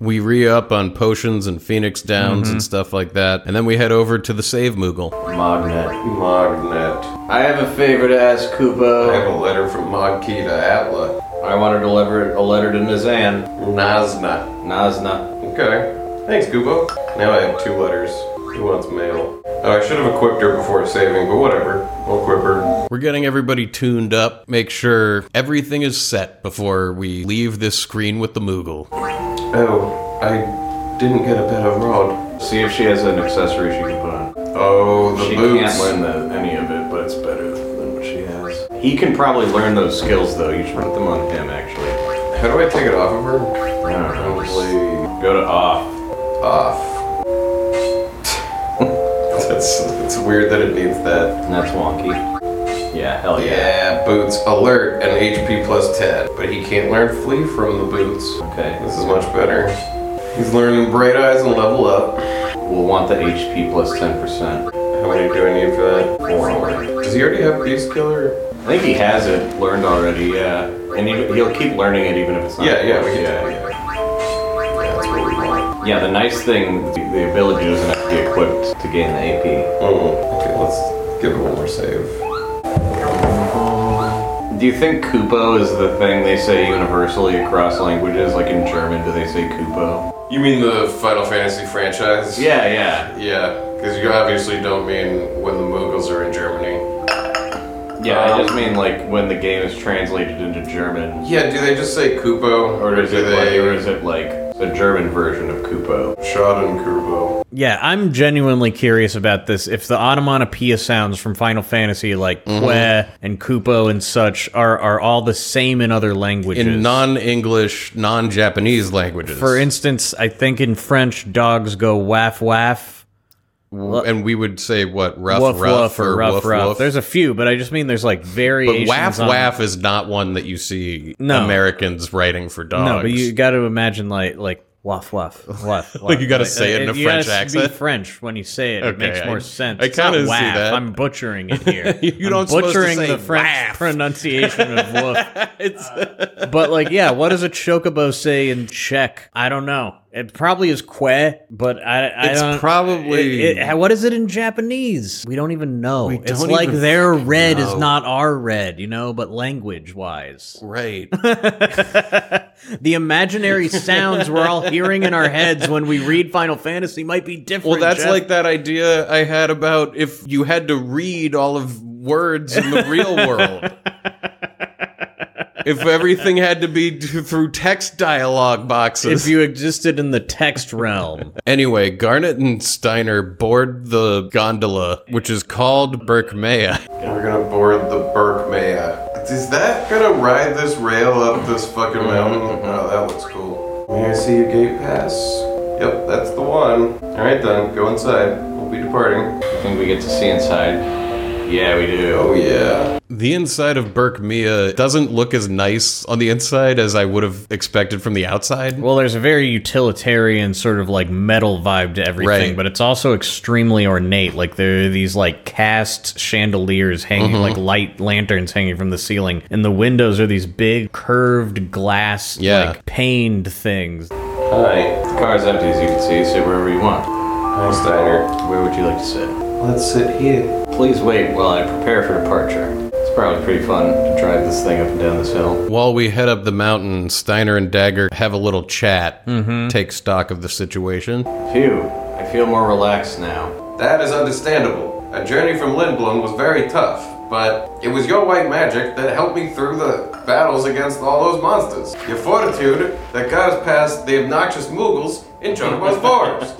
[SPEAKER 1] We re up on potions and phoenix downs
[SPEAKER 3] Mm-hmm.
[SPEAKER 1] and stuff like that. And then we head over to the Save Moogle.
[SPEAKER 4] Magnet.
[SPEAKER 5] Magnet.
[SPEAKER 4] I have a favor to ask,
[SPEAKER 5] I have
[SPEAKER 4] Kubo.
[SPEAKER 5] a letter from Magki to Atla.
[SPEAKER 4] I want to deliver a letter to Nazan.
[SPEAKER 5] Nazna.
[SPEAKER 4] Nazna.
[SPEAKER 5] Okay. Thanks, Kubo. Now I have two letters. Who wants mail? Oh, I should have equipped her before saving, but whatever. I'll equip her.
[SPEAKER 1] We're getting everybody tuned up. Make sure everything is set before we leave this screen with the Moogle.
[SPEAKER 5] Oh, I didn't get a bit of rod.
[SPEAKER 3] See if she has an accessory she can put on.
[SPEAKER 5] Oh, the
[SPEAKER 3] She
[SPEAKER 5] boots.
[SPEAKER 3] can't learn the, any of it, but it's better than what she has. He can probably learn those skills though. You should put them on him actually.
[SPEAKER 5] How do I take it off of her?
[SPEAKER 3] I don't know. just
[SPEAKER 5] Probably
[SPEAKER 3] Go to off.
[SPEAKER 5] off. That's, it's weird that it needs that.
[SPEAKER 4] And that's wonky. Yeah, hell yeah.
[SPEAKER 5] Yeah, boots alert and HP plus 10. But he can't learn flee from the boots.
[SPEAKER 4] Okay.
[SPEAKER 5] This is much better. He's learning bright eyes and level up.
[SPEAKER 4] We'll want the HP plus 10%.
[SPEAKER 5] How many do I need for that?
[SPEAKER 4] Four more.
[SPEAKER 5] Does he already have Beast Killer?
[SPEAKER 3] I think he has it learned already. Yeah, and he, he'll keep learning it even if it's not.
[SPEAKER 5] Yeah, yeah, we
[SPEAKER 3] forced,
[SPEAKER 5] can.
[SPEAKER 3] yeah.
[SPEAKER 5] Yeah. That's what we want.
[SPEAKER 3] Yeah, the nice thing, the, the ability doesn't have to be equipped to gain the
[SPEAKER 5] Oh, okay, let's give it one more save.
[SPEAKER 3] AP. Do you think Kupo is the thing they say universally across languages? Like in German, do they say Kupo?
[SPEAKER 5] You mean the Final Fantasy franchise?
[SPEAKER 3] Yeah, yeah.
[SPEAKER 5] Yeah, because you obviously don't mean when the Mughals are in Germany.
[SPEAKER 3] Yeah, I just mean like when the game is translated into German.
[SPEAKER 5] Yeah, do they just say Kupo?
[SPEAKER 3] Or is it like, or is it like the German version of Kupo?
[SPEAKER 5] Schadenkubo?
[SPEAKER 2] Yeah, I'm genuinely curious about this. If the onomatopoeia sounds from Final Fantasy like
[SPEAKER 1] Mm-hmm.
[SPEAKER 2] Pwe and Kupo and such are, are all the same in other languages.
[SPEAKER 1] In non English, non Japanese languages.
[SPEAKER 2] For instance, I think in French, dogs go waff waff,
[SPEAKER 1] and we would say what rough
[SPEAKER 2] woof
[SPEAKER 1] rough
[SPEAKER 2] woof, or rough
[SPEAKER 1] woof
[SPEAKER 2] rough.
[SPEAKER 1] woof.
[SPEAKER 2] There's a few, but I just mean there's like
[SPEAKER 1] but
[SPEAKER 2] variations.
[SPEAKER 1] waff
[SPEAKER 2] on-
[SPEAKER 1] waff is not one that you see
[SPEAKER 2] No.
[SPEAKER 1] Americans writing for dogs.
[SPEAKER 2] No, but you got to imagine like like waff waff waff. waff.
[SPEAKER 1] you gotta say it in a
[SPEAKER 2] you
[SPEAKER 1] French
[SPEAKER 2] gotta
[SPEAKER 1] accent?
[SPEAKER 2] Be French when you say it, it
[SPEAKER 1] Okay,
[SPEAKER 2] makes more
[SPEAKER 1] I-
[SPEAKER 2] sense.
[SPEAKER 1] I
[SPEAKER 2] It's not
[SPEAKER 1] kinda see
[SPEAKER 2] waff.
[SPEAKER 1] that.
[SPEAKER 2] I'm butchering it here.
[SPEAKER 1] You're
[SPEAKER 2] I'm
[SPEAKER 1] not supposed to
[SPEAKER 2] butchering
[SPEAKER 1] say
[SPEAKER 2] the French
[SPEAKER 1] waff.
[SPEAKER 2] pronunciation of woof. but like, yeah, what does a chocobo say in Czech? I don't know. It probably is que, but I, I
[SPEAKER 1] It's
[SPEAKER 2] don't.
[SPEAKER 1] probably-
[SPEAKER 2] Uh, it- it- what is it in Japanese? We don't even know.
[SPEAKER 1] We
[SPEAKER 2] it's
[SPEAKER 1] don't
[SPEAKER 2] like
[SPEAKER 1] even
[SPEAKER 2] their red is
[SPEAKER 1] know.
[SPEAKER 2] not our red, you know, but language wise.
[SPEAKER 1] Right.
[SPEAKER 2] the imaginary sounds we're all hearing in our heads when we read Final Fantasy might be different.
[SPEAKER 1] Well, that's
[SPEAKER 2] Jeff.
[SPEAKER 1] like that idea I had about if you had to read all of words in the real world. If everything had to be t- through text dialogue boxes.
[SPEAKER 2] if you existed in the text realm.
[SPEAKER 1] anyway, Garnet and Steiner board the gondola, which is called Berkmaya.
[SPEAKER 5] We're gonna board the Berkmaya. Is that gonna ride this rail up this fucking
[SPEAKER 1] Mm-hmm.
[SPEAKER 5] mountain? Oh, that looks cool. May I see your gate pass? Yep, that's the one. Alright then, go inside. We'll be departing.
[SPEAKER 4] I think we get to see inside. Yeah, we do.
[SPEAKER 5] Oh yeah.
[SPEAKER 1] The inside of Berkmaya doesn't look as nice on the inside as I would have expected from the outside.
[SPEAKER 2] Well, there's a very utilitarian sort of like metal vibe to everything,
[SPEAKER 1] Right.
[SPEAKER 2] but it's also extremely ornate. Like there are these like cast chandeliers hanging, like light lanterns hanging from the ceiling, and the windows are these big curved glass,
[SPEAKER 1] Yeah.
[SPEAKER 2] like paned things.
[SPEAKER 4] The
[SPEAKER 5] Hi.
[SPEAKER 4] car's empty, as you can see. Sit wherever you want.
[SPEAKER 5] Hi, Steiner.
[SPEAKER 4] Where would you like to sit?
[SPEAKER 5] Let's sit here.
[SPEAKER 4] Please wait while I prepare for departure. It's probably pretty fun to drive this thing up and down this hill.
[SPEAKER 1] While we head up the mountain, Steiner and Dagger have a little chat, take stock of the situation.
[SPEAKER 4] Phew, I feel more relaxed now.
[SPEAKER 5] That is understandable. A journey from Lindblom was very tough, but it was your white magic that helped me through the battles against all those monsters. Your fortitude that got us past the obnoxious Moogles in Chonabo's forest.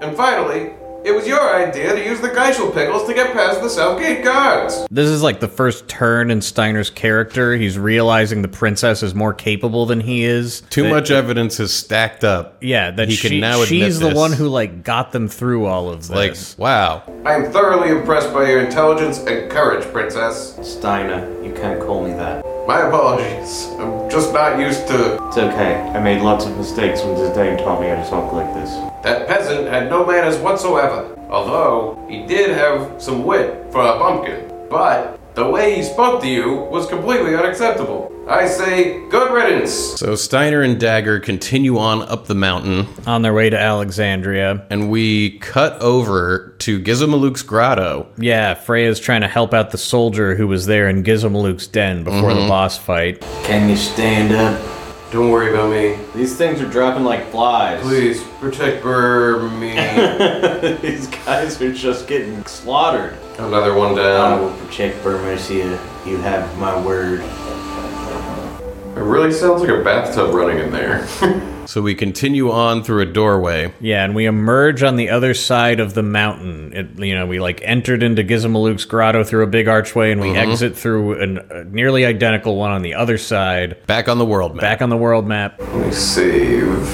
[SPEAKER 5] and finally, it was your idea to use the Geishel pickles to get past the South Gate guards.
[SPEAKER 2] This is like the first turn in Steiner's character. He's realizing the princess is more capable than he is.
[SPEAKER 1] Too
[SPEAKER 2] That-
[SPEAKER 1] much evidence is stacked up.
[SPEAKER 2] Yeah, that
[SPEAKER 1] He
[SPEAKER 2] she,
[SPEAKER 1] can now admit
[SPEAKER 2] she's the
[SPEAKER 1] this.
[SPEAKER 2] one who like got them through all of
[SPEAKER 1] Like,
[SPEAKER 2] this.
[SPEAKER 1] wow.
[SPEAKER 5] I am thoroughly impressed by your intelligence and courage, Princess.
[SPEAKER 4] Steiner, you can't call me that.
[SPEAKER 5] My apologies. I'm just not used to.
[SPEAKER 4] It's okay. I made lots of mistakes when this dame taught me how to talk like this.
[SPEAKER 5] That peasant had no manners whatsoever. Although, he did have some wit for a bumpkin. But, the way he spoke to you was completely unacceptable. I say, good riddance!
[SPEAKER 1] So Steiner and Dagger continue on up the mountain,
[SPEAKER 2] On their way to Alexandria,
[SPEAKER 1] and we cut over to Gizamaluk's grotto.
[SPEAKER 2] Yeah, Freya's trying to help out the soldier who was there in Gizmaluke's den before
[SPEAKER 1] Mm-hmm.
[SPEAKER 2] the boss fight.
[SPEAKER 4] Can you stand up?
[SPEAKER 5] Don't worry about me.
[SPEAKER 4] These things are dropping like flies.
[SPEAKER 5] Please, protect Burr me.
[SPEAKER 4] These guys are just getting slaughtered.
[SPEAKER 5] Another one
[SPEAKER 4] I
[SPEAKER 5] down.
[SPEAKER 4] will protect Bermercia. You have my word.
[SPEAKER 5] It really sounds like a bathtub running in there.
[SPEAKER 1] So we continue on through a doorway.
[SPEAKER 2] Yeah, and we emerge on the other side of the mountain. It, you know, we like entered into Gizmaluke's grotto through a big archway, and we
[SPEAKER 1] Uh-huh.
[SPEAKER 2] exit through an, a nearly identical one on the other side.
[SPEAKER 1] Back on the world map.
[SPEAKER 2] Back on the world map.
[SPEAKER 5] Let me save.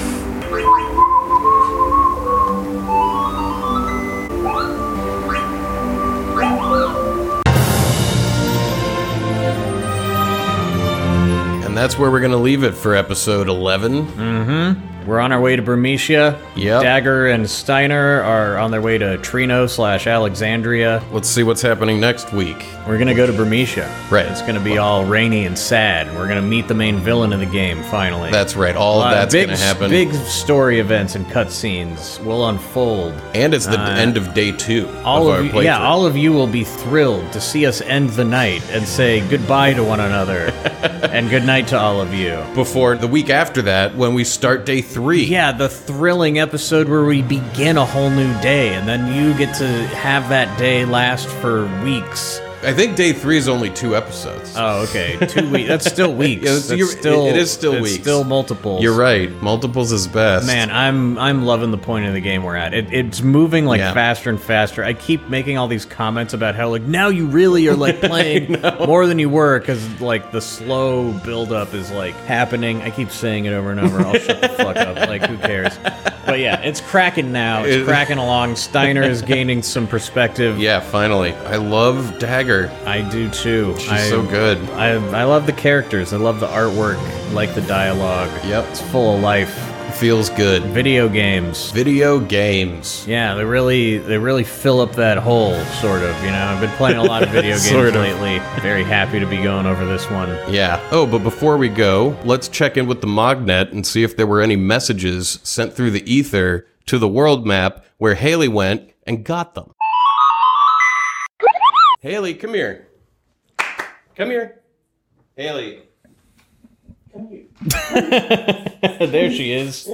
[SPEAKER 1] And that's where we're going to leave it for episode 11.
[SPEAKER 2] We're on our way to Bermesia.
[SPEAKER 1] Yep.
[SPEAKER 2] Dagger and Steiner are on their way to Trino slash Alexandria.
[SPEAKER 1] Let's see what's happening next week.
[SPEAKER 2] We're gonna go to Bermesia.
[SPEAKER 1] Right.
[SPEAKER 2] It's gonna be all rainy and sad. We're gonna meet the main villain of the game finally.
[SPEAKER 1] That's right. All
[SPEAKER 2] Uh,
[SPEAKER 1] of that's
[SPEAKER 2] big,
[SPEAKER 1] going to happen.
[SPEAKER 2] Big story events and cutscenes will unfold.
[SPEAKER 1] and it's the end of day two
[SPEAKER 2] Uh, All
[SPEAKER 1] of our
[SPEAKER 2] of, you,
[SPEAKER 1] playthrough.
[SPEAKER 2] yeah, all of you will be thrilled to see us end the night and say goodbye to one another, and good night to all of you.
[SPEAKER 1] before the week after that when we start day three.
[SPEAKER 2] Yeah, the thrilling episode where we begin a whole new day, and then you get to have that day last for weeks.
[SPEAKER 1] I think day three is only two episodes.
[SPEAKER 2] Oh, okay, two weeks. That's still weeks.
[SPEAKER 1] Yeah, it's-
[SPEAKER 2] That's
[SPEAKER 1] you're-
[SPEAKER 2] still,
[SPEAKER 1] it is still
[SPEAKER 2] it's
[SPEAKER 1] weeks.
[SPEAKER 2] Still multiples.
[SPEAKER 1] You're right. Multiples is best.
[SPEAKER 2] Man, I'm I'm loving the point of the game we're at. It, it's moving like
[SPEAKER 1] Yeah.
[SPEAKER 2] faster and faster. I keep making all these comments about how like now you really are like playing more than you were because like the slow buildup is like happening. I keep saying it over and over. I'll shut the fuck up. Like who cares? But yeah, it's cracking now. It's
[SPEAKER 1] It-
[SPEAKER 2] cracking along. Steiner is gaining some perspective.
[SPEAKER 1] Yeah, finally. I love Dagger.
[SPEAKER 2] I do too.
[SPEAKER 1] She's
[SPEAKER 2] I,
[SPEAKER 1] so good.
[SPEAKER 2] I I love the characters. I love the artwork. I like the dialogue.
[SPEAKER 1] Yep.
[SPEAKER 2] It's full of life.
[SPEAKER 1] feels good.
[SPEAKER 2] Video games.
[SPEAKER 1] Video games.
[SPEAKER 2] Yeah, they really they really fill up that hole, sort of. You know, I've been playing a lot of video games
[SPEAKER 1] Sort of.
[SPEAKER 2] lately. Very happy to be going over this one.
[SPEAKER 1] Yeah. Oh, but before we go, let's check in with the Mognet and see if there were any messages sent through the ether to the world map where Haley went and got them. Haley, come here. Come here. Haley.
[SPEAKER 2] there she is.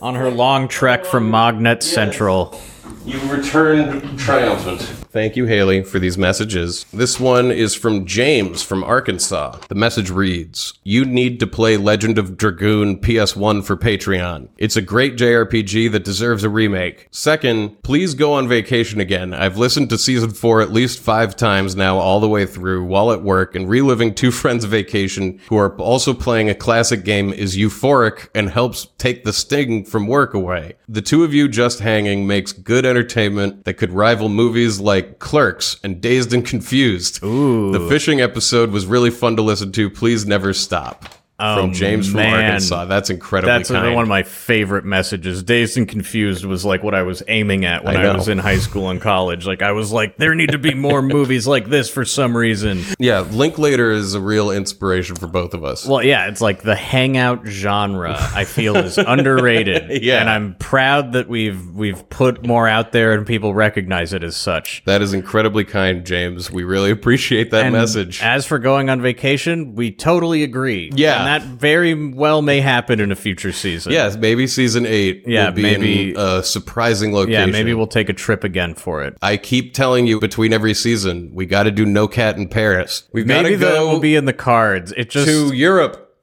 [SPEAKER 2] On her long trek from Magnet Central.
[SPEAKER 1] You returned triumphant. Thank you, Haley, for these messages. This one is from James from Arkansas. The message reads You need to play Legend of Dragoon PS1 for Patreon. It's a great JRPG that deserves a remake. Second, please go on vacation again. I've listened to season four at least five times now, all the way through, while at work, and reliving two friends' vacation who are also playing a classic game is euphoric and helps take the sting from work away. The two of you just hanging makes good entertainment that could rival movies like Clerks and Dazed and Confused. Ooh. The fishing episode was really fun to listen to. Please never stop. from James
[SPEAKER 2] Oh, man.
[SPEAKER 1] from Arkansas. That's incredibly
[SPEAKER 2] That's
[SPEAKER 1] kind.
[SPEAKER 2] another one of my favorite messages. Dazed and Confused was like what I was aiming at when
[SPEAKER 1] I
[SPEAKER 2] I,
[SPEAKER 1] know.
[SPEAKER 2] was in high school and college. Like I was like, there need to be more movies like this for some reason.
[SPEAKER 1] yeah, Linklater is a real inspiration for both of us.
[SPEAKER 2] Well, yeah, it's like the hangout genre. I feel is underrated.
[SPEAKER 1] Yeah.
[SPEAKER 2] and I'm proud that we've we've put more out there and people recognize it as such.
[SPEAKER 1] that is incredibly kind, James. We really appreciate that
[SPEAKER 2] And
[SPEAKER 1] message.
[SPEAKER 2] As for going on vacation, we totally agree.
[SPEAKER 1] Yeah.
[SPEAKER 2] and that very well may happen in a future season.
[SPEAKER 1] Yes, maybe season eight
[SPEAKER 2] Yeah,
[SPEAKER 1] will be
[SPEAKER 2] maybe-
[SPEAKER 1] in a surprising
[SPEAKER 2] yeah,
[SPEAKER 1] location.
[SPEAKER 2] maybe we'll take a trip again for it.
[SPEAKER 1] I keep telling you between every season, we got to do No Cat in Paris. We've got
[SPEAKER 2] Maybe
[SPEAKER 1] to
[SPEAKER 2] that
[SPEAKER 1] go
[SPEAKER 2] will be in the cards. It just,
[SPEAKER 1] to Europe.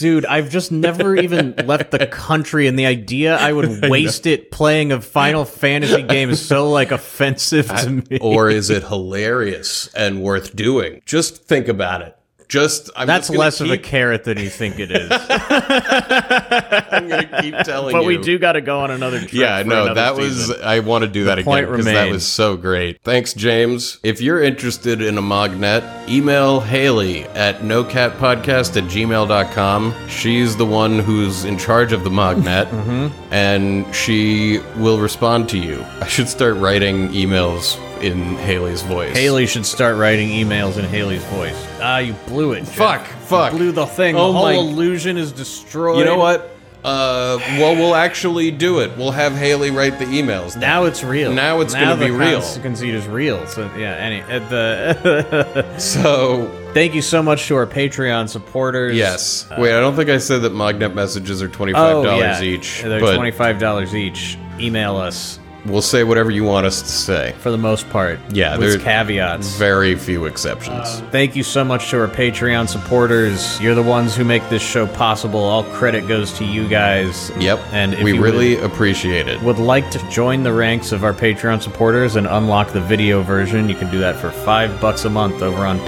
[SPEAKER 2] dude, I've just never even left the country, and the idea I would waste it playing a Final Fantasy game is so like offensive to me.
[SPEAKER 1] or is it hilarious and worth doing? Just think about it. Just I'm
[SPEAKER 2] That's
[SPEAKER 1] just gonna
[SPEAKER 2] less of a
[SPEAKER 1] keep-
[SPEAKER 2] carrot than you think it is.
[SPEAKER 1] I'm gonna keep telling
[SPEAKER 2] but
[SPEAKER 1] you.
[SPEAKER 2] we do got to go on another trip.
[SPEAKER 1] Yeah,
[SPEAKER 2] for
[SPEAKER 1] no,
[SPEAKER 2] another
[SPEAKER 1] that was.
[SPEAKER 2] season.
[SPEAKER 1] I want to do that again
[SPEAKER 2] point
[SPEAKER 1] because that
[SPEAKER 2] remains.
[SPEAKER 1] was so great. Thanks, James. If you're interested in a magnet, email Haley at nocatpodcast at gmail.com. She's the one who's in charge of the magnet,
[SPEAKER 2] Mm-hmm.
[SPEAKER 1] and she will respond to you. I should start writing emails in Haley's voice.
[SPEAKER 2] Haley should start writing emails in Haley's voice. Ah, you blew it. Jeff.
[SPEAKER 1] Fuck, fuck.
[SPEAKER 2] Blew the thing.
[SPEAKER 1] Oh
[SPEAKER 2] the whole
[SPEAKER 1] my-
[SPEAKER 2] illusion is destroyed.
[SPEAKER 1] You know what? Uh, well, we'll actually do it. We'll have Haley write the emails.
[SPEAKER 2] Now it's real.
[SPEAKER 1] Now it's gonna
[SPEAKER 2] the
[SPEAKER 1] be real.
[SPEAKER 2] Conceit is real. So yeah. Any at the.
[SPEAKER 1] So
[SPEAKER 2] Thank you so much to our Patreon supporters.
[SPEAKER 1] Yes. Uh, Wait, I don't think I said that magnet messages are twenty five
[SPEAKER 2] Oh,
[SPEAKER 1] dollars
[SPEAKER 2] yeah.
[SPEAKER 1] each.
[SPEAKER 2] They're
[SPEAKER 1] but
[SPEAKER 2] twenty-five dollars each. Email us
[SPEAKER 1] we'll say whatever you want us to say.
[SPEAKER 2] for the most part.
[SPEAKER 1] Yeah,
[SPEAKER 2] with
[SPEAKER 1] they're-
[SPEAKER 2] caveats.
[SPEAKER 1] Very few exceptions.
[SPEAKER 2] Thank you so much to our Patreon supporters. You're the ones who make this show possible. All credit goes to you guys.
[SPEAKER 1] yep.
[SPEAKER 2] And if
[SPEAKER 1] we
[SPEAKER 2] you
[SPEAKER 1] really appreciate it.
[SPEAKER 2] would like to join the ranks of our Patreon supporters and unlock the video version, you can do that for five bucks a month over on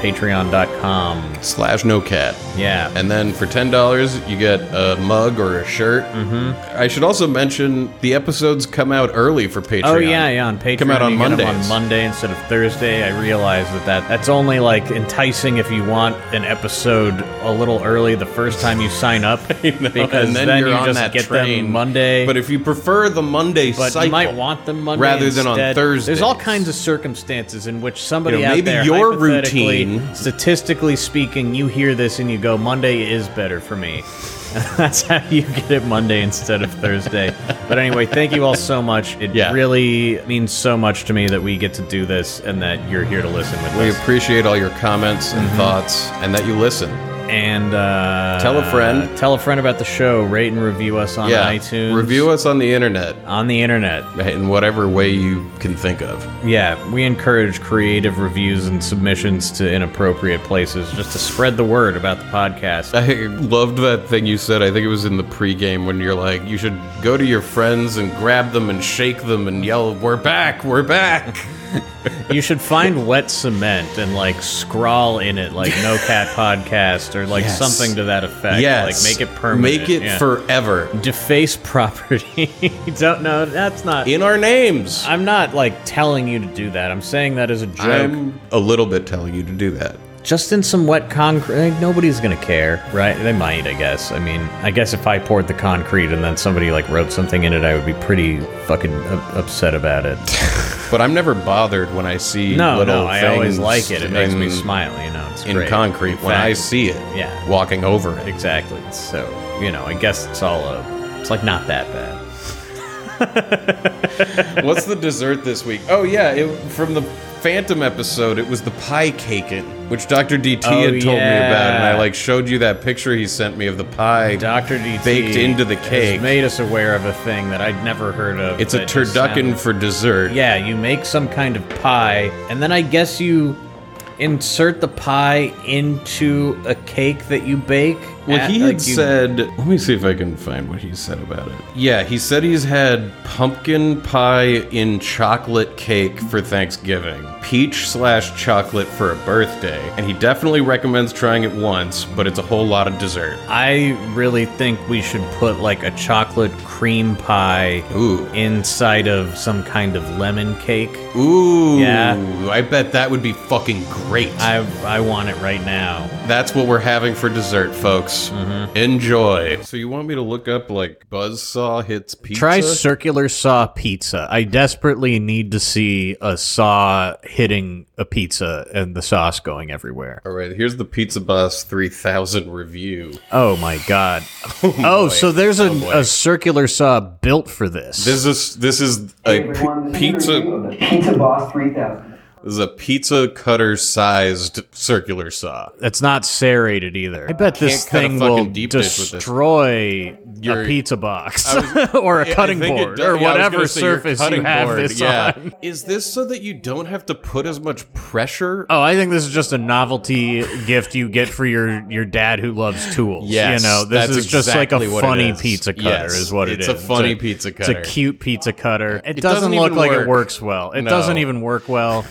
[SPEAKER 2] patreon.com.
[SPEAKER 1] Slash no cat.
[SPEAKER 2] Yeah.
[SPEAKER 1] And then for ten dollars, you get a mug or a shirt. Mm-hmm. I should also mention the episodes come out early for Patreon.
[SPEAKER 2] Oh yeah, yeah. On Patreon,
[SPEAKER 1] Come out on
[SPEAKER 2] you get 'em on
[SPEAKER 1] Mondays.
[SPEAKER 2] Monday instead of Thursday. I realize that, that that's only like enticing if you want an episode a little early the first time you sign up, because
[SPEAKER 1] and then you're
[SPEAKER 2] you
[SPEAKER 1] on
[SPEAKER 2] just
[SPEAKER 1] that
[SPEAKER 2] get
[SPEAKER 1] train.
[SPEAKER 2] them Monday.
[SPEAKER 1] But if you prefer the Monday
[SPEAKER 2] but
[SPEAKER 1] cycle,
[SPEAKER 2] you might want them Monday
[SPEAKER 1] rather than on
[SPEAKER 2] instead. There's
[SPEAKER 1] Thursdays.
[SPEAKER 2] all kinds of circumstances in which somebody
[SPEAKER 1] You know,
[SPEAKER 2] out
[SPEAKER 1] maybe
[SPEAKER 2] there,
[SPEAKER 1] your
[SPEAKER 2] hypothetically,
[SPEAKER 1] routine-
[SPEAKER 2] statistically speaking, you hear this and you go, Monday is better for me. That's how you get it Monday instead of Thursday. but anyway, thank you all so much. It
[SPEAKER 1] Yeah.
[SPEAKER 2] really means so much to me that we get to do this and that you're here to listen with
[SPEAKER 1] we
[SPEAKER 2] us.
[SPEAKER 1] appreciate all your comments and thoughts, and that you listen.
[SPEAKER 2] And uh,
[SPEAKER 1] Tell a friend.
[SPEAKER 2] tell a friend about the show. Rate and review us on
[SPEAKER 1] yeah,
[SPEAKER 2] iTunes.
[SPEAKER 1] review us on the internet.
[SPEAKER 2] on the internet.
[SPEAKER 1] in whatever way you can think of.
[SPEAKER 2] Yeah, we encourage creative reviews and submissions to inappropriate places just to spread the word about the podcast.
[SPEAKER 1] I loved that thing you said. I think it was in the pregame when you're like, you should go to your friends and grab them and shake them and yell, "We're back! We're back!"
[SPEAKER 2] You should find wet cement and like scrawl in it like no cat podcast or like
[SPEAKER 1] Yes.
[SPEAKER 2] something to that effect.
[SPEAKER 1] yes,
[SPEAKER 2] Like make it permanent.
[SPEAKER 1] Make it
[SPEAKER 2] yeah.
[SPEAKER 1] forever
[SPEAKER 2] deface property. Don't know. That's not
[SPEAKER 1] in our names.
[SPEAKER 2] I'm not like telling you to do that. I'm saying that as a joke.
[SPEAKER 1] I'm a little bit telling you to do that.
[SPEAKER 2] just in some wet concrete. Nobody's gonna care, right? They might, I guess. I mean, I guess if I poured the concrete and then somebody like wrote something in it, I would be pretty fucking u- upset about it.
[SPEAKER 1] But I'm never bothered when I see
[SPEAKER 2] No,
[SPEAKER 1] little
[SPEAKER 2] no, I always
[SPEAKER 1] things
[SPEAKER 2] like it. It makes me
[SPEAKER 1] in-
[SPEAKER 2] smile. You know, it's
[SPEAKER 1] in
[SPEAKER 2] great.
[SPEAKER 1] concrete
[SPEAKER 2] In
[SPEAKER 1] when I
[SPEAKER 2] fact,
[SPEAKER 1] see it.
[SPEAKER 2] Yeah.
[SPEAKER 1] Walking over it.
[SPEAKER 2] exactly. So you know, I guess it's all a. It's like not that bad.
[SPEAKER 1] What's the dessert this week? Oh yeah, it, from the Phantom episode, it was the pie cakein, which Dr. DT
[SPEAKER 2] Oh,
[SPEAKER 1] had told me about, and I
[SPEAKER 2] yeah.
[SPEAKER 1] like showed you that picture he sent me of the pie.
[SPEAKER 2] Doctor DT
[SPEAKER 1] Baked into the cake.
[SPEAKER 2] has made us aware of a thing that I'd never heard of.
[SPEAKER 1] it's a
[SPEAKER 2] that just sounded-
[SPEAKER 1] turducken for dessert.
[SPEAKER 2] Yeah, you make some kind of pie, and then I guess you insert the pie into a cake that you bake.
[SPEAKER 1] Well,
[SPEAKER 2] at-
[SPEAKER 1] he had
[SPEAKER 2] like you-
[SPEAKER 1] said. Let me see if I can find what he said about it. Yeah, he said he's had pumpkin pie in chocolate cake for Thanksgiving, peach slash chocolate for a birthday, and he definitely recommends trying it once, but it's a whole lot of dessert.
[SPEAKER 2] I really think we should put like a chocolate cream pie
[SPEAKER 1] Ooh.
[SPEAKER 2] inside of some kind of lemon cake.
[SPEAKER 1] Ooh.
[SPEAKER 2] Yeah.
[SPEAKER 1] I bet that would be fucking great.
[SPEAKER 2] I I want it right now.
[SPEAKER 1] That's what we're having for dessert, folks.
[SPEAKER 2] Mm-hmm.
[SPEAKER 1] Enjoy. So you want me to look up like Buzzsaw hits pizza?
[SPEAKER 2] Try circular saw pizza. I desperately need to see a saw hitting a pizza and the sauce going everywhere.
[SPEAKER 1] All right, here's the Pizza Boss 3000 review.
[SPEAKER 2] Oh my god. Oh, so there's a, a circular saw built for this.
[SPEAKER 1] This is this is a
[SPEAKER 7] Everyone,
[SPEAKER 1] p-
[SPEAKER 7] this is
[SPEAKER 1] pizza.
[SPEAKER 7] review of the Pizza Boss 3000.
[SPEAKER 1] This is a pizza cutter sized circular saw.
[SPEAKER 2] it's not serrated either. I bet this
[SPEAKER 1] cut a
[SPEAKER 2] thing
[SPEAKER 1] fucking
[SPEAKER 2] will
[SPEAKER 1] deep dish with this.
[SPEAKER 2] destroy your
[SPEAKER 1] Your-
[SPEAKER 2] pizza box or a cutting
[SPEAKER 1] I think it
[SPEAKER 2] board
[SPEAKER 1] does-
[SPEAKER 2] or
[SPEAKER 1] yeah, I was
[SPEAKER 2] whatever
[SPEAKER 1] gonna say your
[SPEAKER 2] surface you
[SPEAKER 1] cutting
[SPEAKER 2] have
[SPEAKER 1] board,
[SPEAKER 2] this
[SPEAKER 1] yeah.
[SPEAKER 2] on.
[SPEAKER 1] Is this so that you don't have to put as much pressure?
[SPEAKER 2] Oh, I think this is just a novelty gift you get for your, your dad who loves tools.
[SPEAKER 1] Yes,
[SPEAKER 2] you know, this
[SPEAKER 1] that's
[SPEAKER 2] is just
[SPEAKER 1] exactly
[SPEAKER 2] like a
[SPEAKER 1] what it
[SPEAKER 2] funny
[SPEAKER 1] is.
[SPEAKER 2] pizza cutter,
[SPEAKER 1] Yes,
[SPEAKER 2] is what it
[SPEAKER 1] it's
[SPEAKER 2] is.
[SPEAKER 1] a funny
[SPEAKER 2] it's
[SPEAKER 1] pizza cutter.
[SPEAKER 2] It's a cute pizza cutter. It,
[SPEAKER 1] doesn't
[SPEAKER 2] doesn't, look
[SPEAKER 1] even
[SPEAKER 2] like
[SPEAKER 1] work.
[SPEAKER 2] it works well. It
[SPEAKER 1] No.
[SPEAKER 2] doesn't even work well.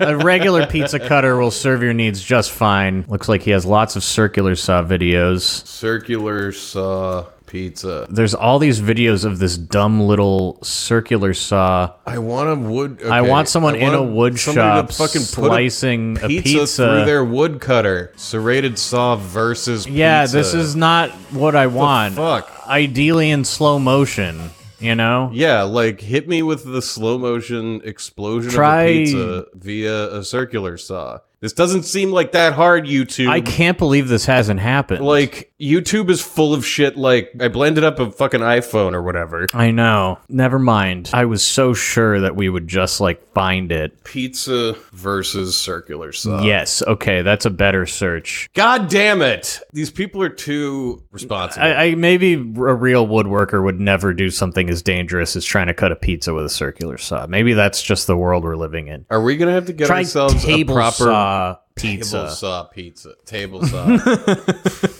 [SPEAKER 2] a regular pizza cutter will serve your needs just fine. Looks like he has lots of circular saw videos
[SPEAKER 1] Circular saw pizza.
[SPEAKER 2] there's all these videos of this dumb little circular saw.
[SPEAKER 1] I want a wood.
[SPEAKER 2] I
[SPEAKER 1] okay,
[SPEAKER 2] want someone in
[SPEAKER 1] want
[SPEAKER 2] a wood
[SPEAKER 1] somebody
[SPEAKER 2] shop
[SPEAKER 1] to fucking put a
[SPEAKER 2] slicing a
[SPEAKER 1] pizza,
[SPEAKER 2] pizza.
[SPEAKER 1] through their wood cutter. Serrated saw versus
[SPEAKER 2] Yeah,
[SPEAKER 1] pizza.
[SPEAKER 2] this is not what I want.
[SPEAKER 1] fuck?
[SPEAKER 2] Ideally in slow motion, you know?
[SPEAKER 1] Yeah, like hit me with the slow motion explosion
[SPEAKER 2] Try-
[SPEAKER 1] of a pizza via a circular saw. This doesn't seem like that hard, YouTube.
[SPEAKER 2] I can't believe this hasn't happened.
[SPEAKER 1] like YouTube is full of shit. Like I blended up a fucking iPhone or whatever.
[SPEAKER 2] I know. Never mind. I was so sure that we would just like find it.
[SPEAKER 1] Pizza versus circular saw.
[SPEAKER 2] yes. Okay, that's a better search.
[SPEAKER 1] God damn it! These people are too responsible.
[SPEAKER 2] I, I maybe a real woodworker would never do something as dangerous as trying to cut a pizza with a circular saw. Maybe that's just the world we're living in.
[SPEAKER 1] are we gonna have to get
[SPEAKER 2] Try
[SPEAKER 1] ourselves a
[SPEAKER 2] table
[SPEAKER 1] proper
[SPEAKER 2] saw
[SPEAKER 1] Table
[SPEAKER 2] pizza.
[SPEAKER 1] saw pizza. Table saw.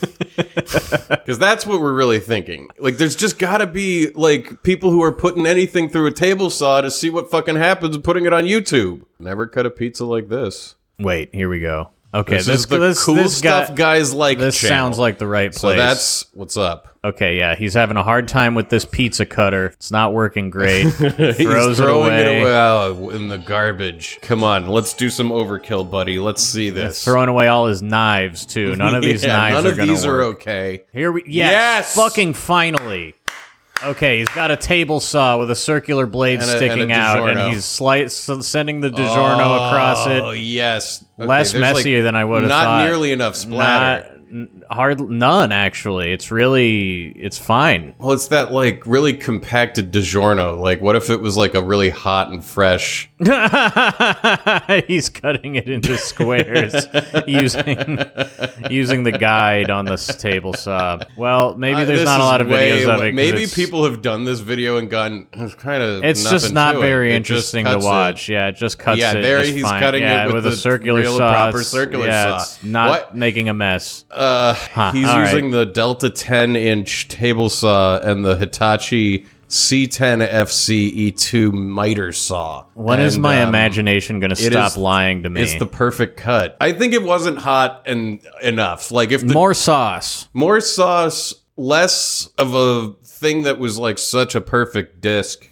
[SPEAKER 1] Because that's what we're really thinking. Like, there's just got to be, like, people who are putting anything through a table saw to see what fucking happens and putting it on YouTube. Never cut a pizza like this.
[SPEAKER 2] Wait, here we go. Okay,
[SPEAKER 1] This
[SPEAKER 2] this,
[SPEAKER 1] is the
[SPEAKER 2] this-
[SPEAKER 1] cool
[SPEAKER 2] this guy-
[SPEAKER 1] stuff guys like
[SPEAKER 2] This
[SPEAKER 1] channel.
[SPEAKER 2] sounds like the right
[SPEAKER 1] So
[SPEAKER 2] place.
[SPEAKER 1] that's what's up.
[SPEAKER 2] okay. Yeah, he's having a hard time with this pizza cutter. It's not working great. Throws
[SPEAKER 1] He's
[SPEAKER 2] it
[SPEAKER 1] throwing
[SPEAKER 2] away.
[SPEAKER 1] it away oh, in the garbage. Come on, let's do some overkill, buddy. Let's see this.
[SPEAKER 2] Throwing away all his knives too. None of these
[SPEAKER 1] Yeah,
[SPEAKER 2] knives
[SPEAKER 1] none
[SPEAKER 2] are
[SPEAKER 1] of
[SPEAKER 2] gonna
[SPEAKER 1] these
[SPEAKER 2] work.
[SPEAKER 1] are okay.
[SPEAKER 2] Here we yes,
[SPEAKER 1] Yes!
[SPEAKER 2] fucking finally. Okay, he's got a table saw with a circular blade
[SPEAKER 1] And a- and a
[SPEAKER 2] sticking out,
[SPEAKER 1] DiGiorno.
[SPEAKER 2] and he's slight, sending the DiGiorno across
[SPEAKER 1] Oh
[SPEAKER 2] it.
[SPEAKER 1] yes, Okay,
[SPEAKER 2] Less
[SPEAKER 1] there's, like,
[SPEAKER 2] messy than I would've
[SPEAKER 1] Not
[SPEAKER 2] thought.
[SPEAKER 1] nearly enough
[SPEAKER 2] Not
[SPEAKER 1] splatter.
[SPEAKER 2] n- hard, none actually. It's really, it's fine.
[SPEAKER 1] well, it's that like really compacted DiGiorno. Like, what if it was like a really hot and fresh?
[SPEAKER 2] he's cutting it into squares using using the guide on this table saw. Well, maybe
[SPEAKER 1] Uh,
[SPEAKER 2] there's
[SPEAKER 1] this
[SPEAKER 2] not a
[SPEAKER 1] is
[SPEAKER 2] lot of
[SPEAKER 1] way-
[SPEAKER 2] videos of it. 'cause
[SPEAKER 1] Maybe
[SPEAKER 2] it's-
[SPEAKER 1] people have done this video and gone. It's kind of.
[SPEAKER 2] It's just not very interesting to watch. Yeah, it just cuts
[SPEAKER 1] Yeah,
[SPEAKER 2] it.
[SPEAKER 1] there
[SPEAKER 2] just
[SPEAKER 1] he's
[SPEAKER 2] fine.
[SPEAKER 1] cutting
[SPEAKER 2] Yeah,
[SPEAKER 1] it with
[SPEAKER 2] a
[SPEAKER 1] the
[SPEAKER 2] circular
[SPEAKER 1] real
[SPEAKER 2] saw.
[SPEAKER 1] proper
[SPEAKER 2] It's-
[SPEAKER 1] circular saw.
[SPEAKER 2] yeah, It's not
[SPEAKER 1] What?
[SPEAKER 2] making a mess.
[SPEAKER 1] Uh, he's
[SPEAKER 2] all right.
[SPEAKER 1] using the Delta 10 inch table saw and the Hitachi C10 FC E2 E miter saw.
[SPEAKER 2] When is
[SPEAKER 1] And,
[SPEAKER 2] my
[SPEAKER 1] um,
[SPEAKER 2] imagination going to
[SPEAKER 1] it
[SPEAKER 2] stop
[SPEAKER 1] is-
[SPEAKER 2] lying to me?
[SPEAKER 1] It's the perfect cut. I think it wasn't hot and enough. Like if the more,
[SPEAKER 2] more sauce.
[SPEAKER 1] sauce, less of a thing that was like such a perfect disc.